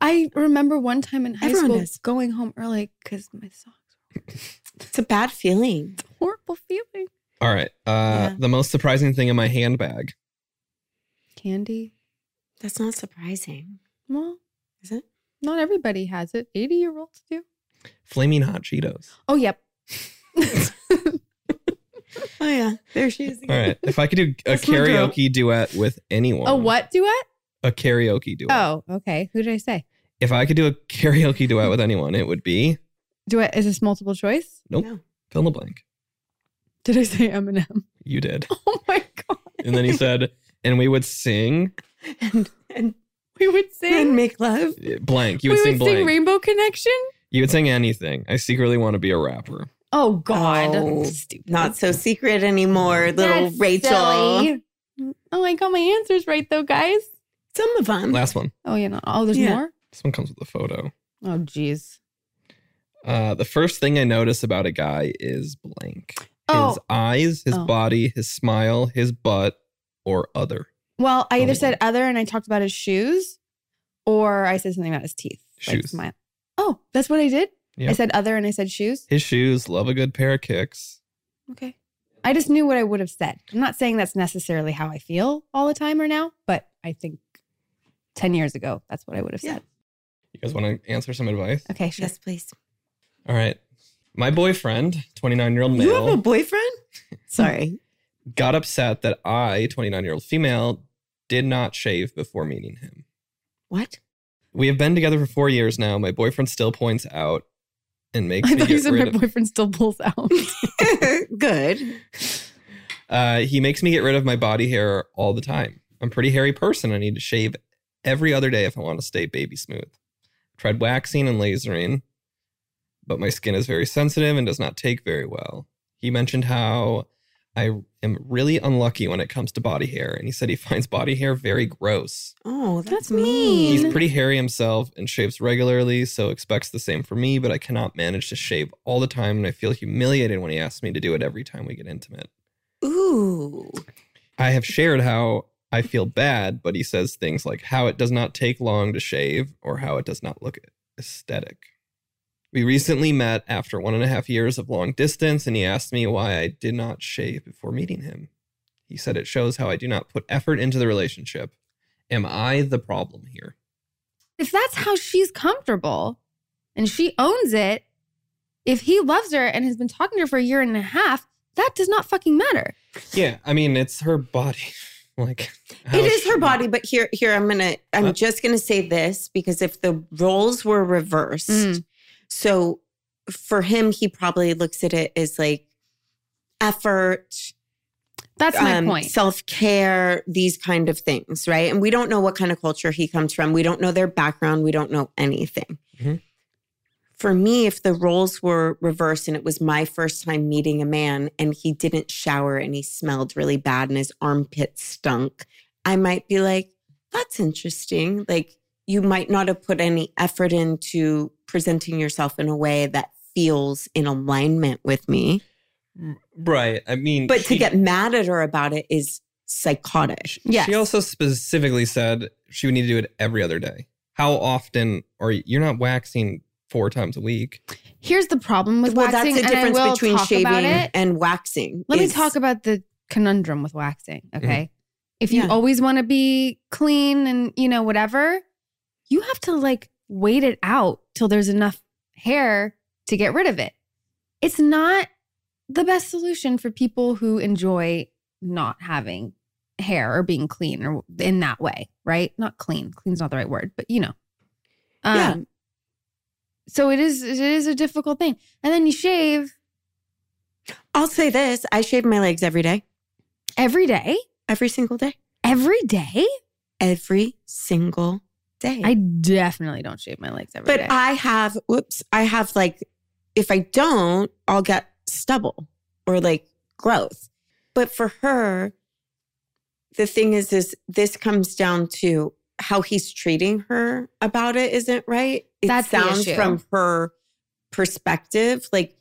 B: I remember one time in high
C: Everyone
B: school
C: does.
B: going home early because my socks.
C: It's a bad feeling.
B: Horrible feeling.
A: All right. Uh,
C: Yeah.
A: The most surprising thing in my handbag.
B: Candy.
C: That's not surprising.
B: Well,
C: Is it?
B: not everybody has it. 80 year olds do.
A: Flaming hot Cheetos.
B: Oh, yep.
C: Oh yeah, there she is.
A: All
C: Again.
A: right. If I could do a
C: That's my girl.
A: karaoke duet with anyone.
B: A what duet?
A: A karaoke duet.
B: Oh, okay. Who did I say?
A: If I could do a karaoke duet with anyone, it would be
B: Duet is this multiple choice?
A: fill in the blank.
B: Did I say Eminem?
A: You did.
B: Oh my god.
A: And then he said, and we would sing
C: And, and
B: We would
C: and
B: sing.
C: make love.
A: eh, blank. You
B: we
A: would sing
B: would sing
A: blank.
B: Rainbow Connection.
A: you would sing anything. I secretly want to be a rapper.
B: Oh god.
C: Oh,
B: Stupid.
C: Not so secret anymore, little
B: That's
C: Rachel.
B: silly. Oh, I got my answers right though, guys.
C: Some of them.
A: Last one.
B: Oh, you know. Oh, there's
C: Yeah.
B: more.
A: This one comes with a photo.
B: Oh, jeez.
A: Uh, the first thing I notice about a guy is blank.
B: Oh,
A: His eyes, his
B: Oh.
A: body, his smile, his butt, or other.
B: well, I either
A: Oh.
B: said other and I talked about his shoes, or I said something about his teeth.
A: Shoes.
B: smile. Oh, that's what I did. I
A: Yep.
B: said other and I said shoes.
A: His shoes, love a good pair of kicks.
B: Okay. I just knew what I would have said. I'm not saying that's necessarily how I feel all the time or now, but I think 10 years ago, that's what I would have
C: Yeah.
B: said.
A: You guys want to answer some advice?
B: Okay, sure.
C: Yes, please.
A: All right. My boyfriend, 29 year old male. Hmm.
C: You have a boyfriend? Sorry.
A: got upset that I, 29 year old female, did not shave before meeting him.
C: What?
A: We have been together for four years now. My boyfriend still points out and makes
B: I
A: me
B: thought you
A: get
B: said
A: rid
B: my
A: of.
B: boyfriend still pulls out.
C: Good.
A: uh, he makes me get rid of my body hair all the time. I'm a pretty hairy person. I need to shave every other day if I want to stay baby smooth. Tried waxing and lasering, but my skin is very sensitive and does not take very well. He mentioned how I am really unlucky when it comes to body hair, and he said he finds body hair very gross.
C: Oh, that's,
B: That's
C: mean.
B: mean.
A: He's pretty hairy himself and shaves regularly, so expects the same for me, but I cannot manage to shave all the time, and I feel humiliated when he asks me to do it every time we get intimate.
C: Ooh.
A: I have shared how I feel bad, but he says things like how it does not take long to shave or how it does not look aesthetic. We recently met after one and a half years of long distance, and he asked me why I did not shave before meeting him. He said it shows how I do not put effort into the relationship. Am I the problem here?
B: if that's how she's comfortable and she owns it, if he loves her and has been talking to her for a year and a half, that does not fucking matter.
A: Yeah, I mean it's her body. Like how
C: It is
A: she-
C: her body, but here, here I'm gonna, I'm
A: Uh,
C: just gonna say this because if the roles were reversed,
B: Mm.
C: so for him, he probably looks at it as like effort,
B: That's
C: Um,
B: my point.
C: self care, these kind of things, right? And we don't know what kind of culture he comes from. We don't know their background. We don't know anything.
A: Mhm.
C: For me, if the roles were reversed and it was my first time meeting a man and he didn't shower and he smelled really bad and his armpit stunk, I might be like, that's interesting. Like, you might not have put any effort into presenting yourself in a way that feels in alignment with me.
A: Right. I mean
C: But to
A: she-
C: get mad at her about it is psychotic.
A: She,
B: Yes.
A: she also specifically said she would need to do it every other day. How often are you, you're not waxing four times a week.
B: Here's the problem with
C: well,
B: waxing, and
C: that's the
B: I will
C: difference between
B: talk about
C: shaving
B: it.
C: and waxing.
B: Let me
C: is-
B: talk about the conundrum with waxing. Okay. If you
C: Mm-hmm. Yeah.
B: always want to be clean and, you know, whatever, you have to like wait it out till there's enough hair to get rid of it. It's not the best solution for people who enjoy not having hair or being clean or in that way, right? Not clean. Clean's not the right word, but you know. Um,
C: Yeah.
B: So it is it is a difficult thing. And then you shave
C: I'll say this: I shave my legs every day,
B: every day.
C: every single day,
B: Every day?
C: every single day.
B: I definitely don't shave my legs every day.
C: but I have whoops, I have like if I don't, I'll get stubble or like growth. But for her, the thing is this this comes down to how he's treating her about it isn't right. It
B: That's the
C: sounds
B: issue.
C: from her perspective like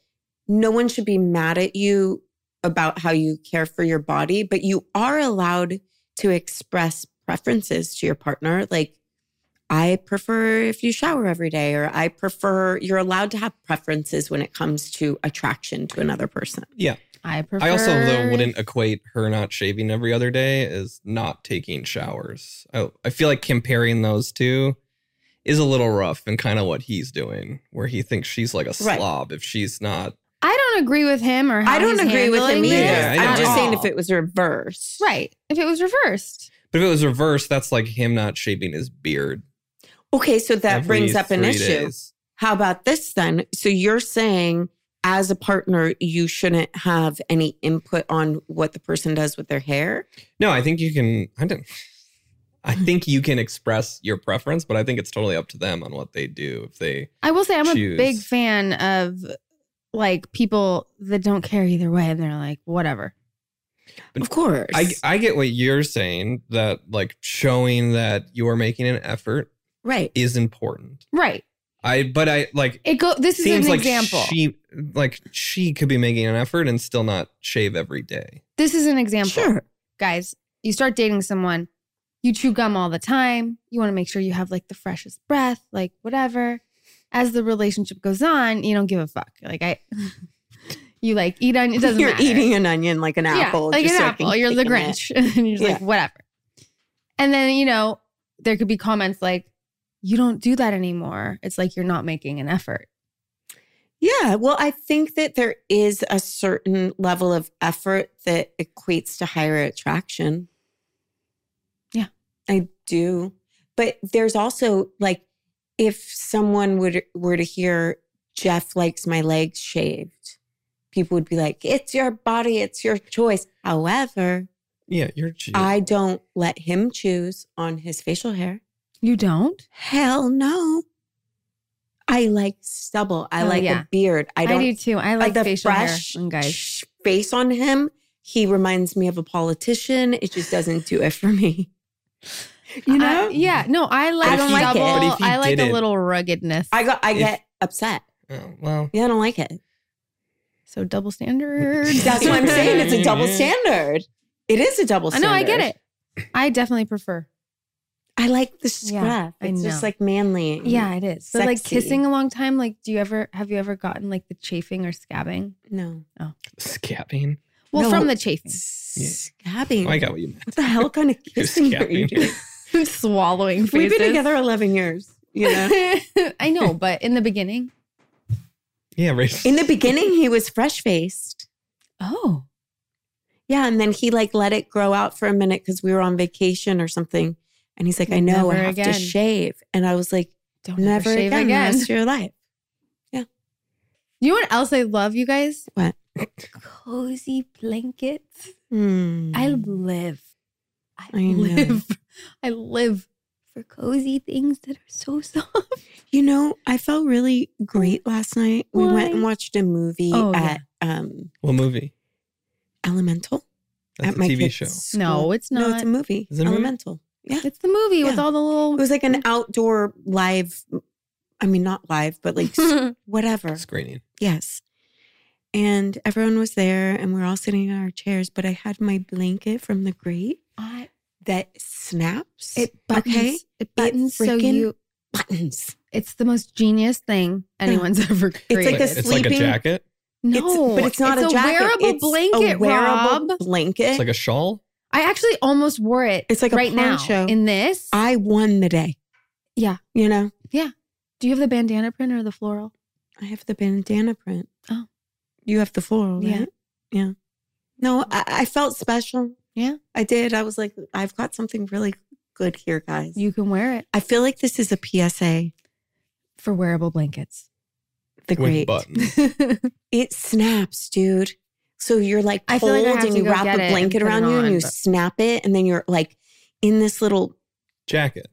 C: no one should be mad at you about how you care for your body, but you are allowed to express preferences to your partner like I prefer if you shower every day, or I prefer you're allowed to have preferences when it comes to attraction to another person.
B: I prefer.
A: I also though wouldn't equate her not shaving every other day as not taking showers. I, I feel like comparing those two is a little rough and kind of what he's doing, where he thinks she's like a
C: Right.
A: slob if she's not.
B: I don't agree with him or how
C: I don't
B: he's
C: agree with him
B: handling
C: either.
B: it
A: Yeah, I
C: I'm
B: at
A: know.
C: just saying if
B: all.
C: it was reversed.
B: right. If it was reversed,
A: But if it was reversed, that's like him not shaving his beard.
C: Okay, so that
A: every
C: brings up an
A: three
C: issue.
A: days.
C: How about this then? So you're saying as a partner, you shouldn't have any input on what the person does with their hair?
A: No, I think you can. I don't. I
C: Hmm.
A: think you can express your preference, but I think it's totally up to them on what they do. If they
B: I will say I'm a
A: Choose.
B: big fan of like people that don't care either way, and they're like, whatever.
A: But
C: of course.
A: I, I get what you're saying that like showing that you're making an effort
C: right.
A: is important.
B: Right.
A: I but I like
B: It go. This is
A: seems
B: an
A: like
B: example.
A: she like she could be making an effort and still not shave every day.
B: this is an example.
C: Sure.
B: guys, you start dating someone, you chew gum all the time. You want to make sure you have like the freshest breath, like whatever. As the relationship goes on, you don't give a fuck. Like I, you like eat on. It doesn't
C: you're
B: matter.
C: eating an onion like an apple.
B: like
C: just
B: an
C: so I can
B: apple. You're the
C: take in it.
B: Grinch, and you're just like
C: Yeah.
B: whatever. And then you know there could be comments like, "You don't do that anymore." It's like you're not making an effort.
C: Yeah. Well, I think that there is a certain level of effort that equates to higher attraction.
B: Yeah.
C: I do. But there's also like if someone would were to hear Jeff likes my legs shaved, people would be like, It's your body, it's your choice. However,
A: Yeah, you're cheap.
C: I don't let him choose on his facial hair.
B: You don't.
C: Hell no. I like stubble. I
B: Oh,
C: like
B: yeah.
C: a beard. I
B: I,
C: don't
B: do too. I like
C: the
B: facial
C: fresh
B: hair, on guys.
C: sh- face on him. He reminds me of a politician. It just doesn't do it for me. You
B: I-
C: know?
B: yeah. No, I like.
C: I don't like it.
B: stubble.
A: But if he
B: I like a
A: didn't-
B: little ruggedness.
C: I got I
A: If-
C: get upset.
A: Oh, well,
C: Yeah, I don't like it.
B: So double standard.
C: That's what I'm saying. It's a double
A: Yeah.
C: standard. It is a double
B: I
C: standard.
B: know. I get it. I definitely prefer.
C: I like the
B: Yeah,
C: scruff.
B: I
C: it's just
B: know.
C: like manly.
B: Yeah, it is. So like
C: Sexy.
B: kissing a long time. Like, do you ever have you ever gotten like the chafing or scabbing?
C: No.
A: scabbing.
B: Well,
C: No.
B: from the chafing,
C: Scabbing.
A: Oh, I got what you meant.
C: what the hell kind of kissing are
A: scabbing.
C: you doing?
B: swallowing
C: We've
B: faces.
C: been together 11 years. You know?
B: I know, but in the beginning,
A: Yeah, Rachel.
C: In the beginning, he was fresh faced.
B: oh,
C: Yeah, and then he like let it grow out for a minute because we were on vacation or something. And he's like, I know I
B: Never
C: have
B: again.
C: to shave. And I was like,
B: don't ever
C: never,
B: shave
C: again,
B: again.
C: the rest of your life.
B: You know what else I love, you guys?
C: What?
B: Cozy blankets.
C: Hmm.
B: I live. I,
C: I know.
B: live. I live for cozy things that are so soft.
C: you know, I felt really great last night. We went and
B: Why?
C: watched a movie
B: Oh,
C: at um
A: What movie?
C: Elemental
A: That's
C: at
A: a
C: my
A: TV
C: kids'
A: show.
C: school.
B: No, it's not.
C: No, it's a movie.
A: Is it a movie?
C: Elemental. Yeah.
B: It's the movie with
C: Yeah.
B: all the little.
C: It was like an outdoor live I mean not live, but like s- whatever.
A: Screening.
C: Yes. And everyone was there and we are all sitting in our chairs, but I had my blanket from the grate
B: I-
C: that snaps.
B: it buttons.
C: Okay.
B: It buttons so
C: frickin'
B: you.
C: buttons.
B: It's the most genius thing anyone's ever
C: It's
B: created.
C: like a
A: It's like a
C: sleeping-
A: jacket.
B: no,
C: but it's not a, jacket.
B: wearable
C: It's
B: blanket,
C: a wearable
B: Rob.
C: blanket.
B: eh?
A: It's like a shawl.
B: I actually almost wore it.
C: It's like a
B: right now
C: poncho.
B: in this.
C: I won the day.
B: Yeah.
C: You know,
B: Do you have the bandana print or the floral?
C: I have the bandana print.
B: Oh.
C: You have the floral,
B: Yeah.
C: right? Yeah. No, I, I felt special.
B: Yeah.
C: I did. I was like, I've got something really good here, guys.
B: You can wear it
C: I feel like this is a PSA.
B: for wearable blankets.
C: The
A: with
C: great.
A: buttons.
C: It snaps, dude. So you're like
B: I feel like
C: cold
B: I have
C: and
B: to
C: you
B: go
C: wrap
B: get it
C: a
B: and
C: blanket
B: put it
C: around you
B: on,
C: and you
B: but-
C: snap it and then you're like in this little
A: Jacket.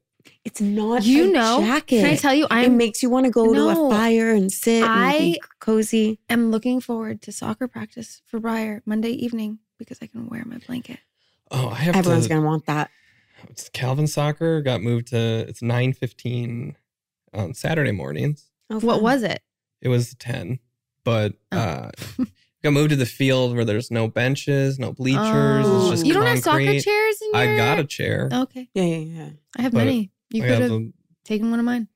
C: it's not
B: You
C: a
B: know,
C: jacket.
B: Can I tell you,
C: it
B: I'm
C: makes you want to go to
B: No.
C: a fire and sit and
B: I-
C: be cozy.
B: am looking forward to soccer practice for Briar Monday evening because I can wear my blanket.
A: Oh, I have
C: Everyone's
A: to.
C: gonna want that.
A: it's Calvin Soccer got moved to it's nine fifteen on Saturday mornings.
C: Oh,
B: What
C: fun.
B: was it?
A: It was ten, but
B: Oh.
A: uh, got moved to the field where there's no benches, no bleachers.
B: Oh.
A: It's just
B: you don't have
A: concrete.
B: soccer chairs in your
A: I got a chair.
B: Okay.
C: Yeah, yeah, yeah.
B: I have
A: But
B: many. You
A: I
B: could
A: have
B: have
A: a-
B: taken one of mine.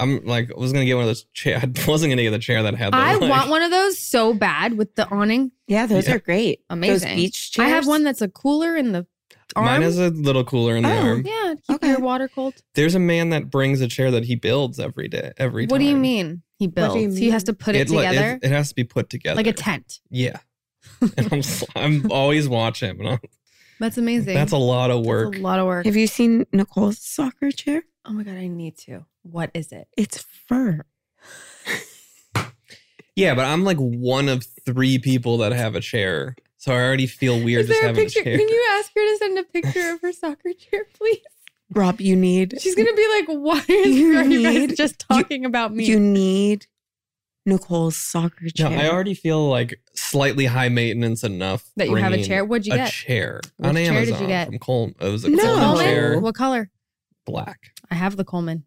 A: I'm like, I was gonna get one of those chair. I wasn't gonna get the chair that had. The,
B: I
A: like-
B: want one of those so bad with the awning.
C: Yeah, those
A: Yeah.
C: are great.
B: Amazing.
C: Those beach chairs.
B: I have one that's a cooler in the arm.
A: Mine is a little cooler in the
C: Oh.
A: arm.
B: yeah, to keep
C: Okay.
B: your water cold.
A: There's a man that brings a chair that he builds every day. Every.
B: What do you
A: time.
B: mean? He builds.
C: do you
B: He has to put it,
A: lo-
B: together
A: It, it has to be put together.
B: like a tent.
A: Yeah. and I'm, s- I'm always watching. And I'm,
B: That's amazing.
A: that's a lot of
B: That's
A: work.
B: a lot of work.
C: Have you seen Nicole's soccer chair?
B: oh my god, I need to. What is it?
C: It's fur.
A: Yeah, but I'm like one of three people that have a chair, so I already feel weird
B: Is
A: just
B: there a
A: having
B: picture?
A: a chair.
B: Can you ask her to send a picture of her soccer chair, please?
C: Rob, you need
B: She's gonna be like, "Why is
C: You
B: are you guys
C: need-
B: just
C: you-
B: talking about me?"
C: you need Nicole's soccer
A: no,
C: chair.
A: I already feel like slightly high maintenance enough
B: that you have a
A: bringing
B: chair. What'd you
A: a
B: get?
A: chair
B: Which
A: on
B: chair did
A: Amazon
B: you get?
A: from Coleman. It was a
C: No.
A: Coleman
B: Coleman?
A: chair,
B: What color?
A: black.
B: I have the Coleman.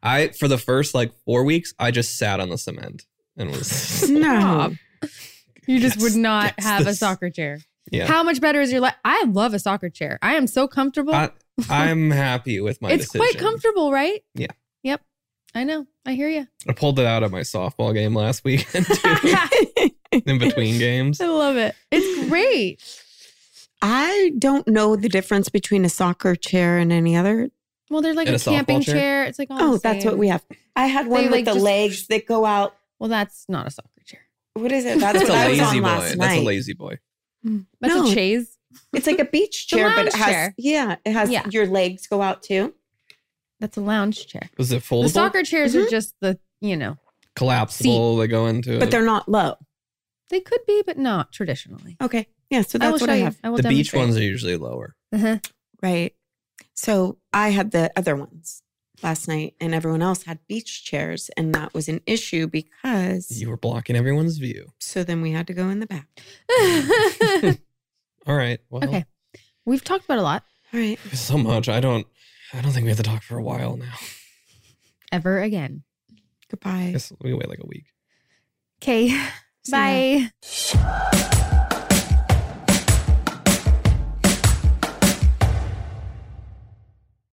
A: I for the first like four weeks, I just sat on the cement and was
C: no.
B: Rob. You just
A: Yes,
B: would not
A: yes,
B: have a
A: this-
B: soccer chair.
A: yeah.
B: How much better is your life? I love a soccer chair. I am so comfortable.
A: I, I'm happy with my.
B: it's quite
A: decision.
B: comfortable, right?
A: Yeah.
B: Yep. I know. I hear you.
A: I pulled it out of my softball game last weekend too, in between games.
B: I love it. It's great.
C: I don't know the difference between a soccer chair and any other.
B: Well, they're like
A: And
B: a
A: a softball
B: camping
A: chair?
B: chair. It's like all
C: Oh,
B: the
C: that's what
B: same.
C: we have. I had one
B: They,
C: with
B: like,
C: the
B: just-
C: legs that go out.
B: Well, that's not a soccer chair.
C: What is it? That's,
A: That's
C: what
A: a
C: I was
A: lazy
C: on
A: boy.
C: last
A: That's
C: night.
A: a lazy boy.
B: That's
C: No.
B: a chaise.
C: It's like a beach
B: The
C: chair, but it
B: lounge
C: has
B: chair.
C: yeah, it has
B: Yeah.
C: your legs go out too.
B: That's a lounge chair.
A: Was it foldable?
B: The soccer chairs
C: Mm-hmm.
B: are just the you know
A: collapsible. They go into
C: But
A: it.
C: they're not low.
B: they could be, but not traditionally.
C: Okay. Yeah. So
B: I will
C: that's
B: show
C: what I
B: you.
C: have.
B: I will
A: the beach
B: demonstrate.
A: ones are usually lower.
B: Uh-huh.
C: Right. So I had the other ones last night, and everyone else had beach chairs, and that was an issue because
A: You were blocking everyone's view.
C: so then we had to go in the back. Uh-huh.
A: All right. Well,
B: Okay. We've talked about a lot.
C: All right.
A: so much. I don't. I don't think we have to talk for a while now.
B: Ever again.
A: I
C: Goodbye.
A: guess we wait like a week.
B: Okay.
C: See ya.
B: Bye.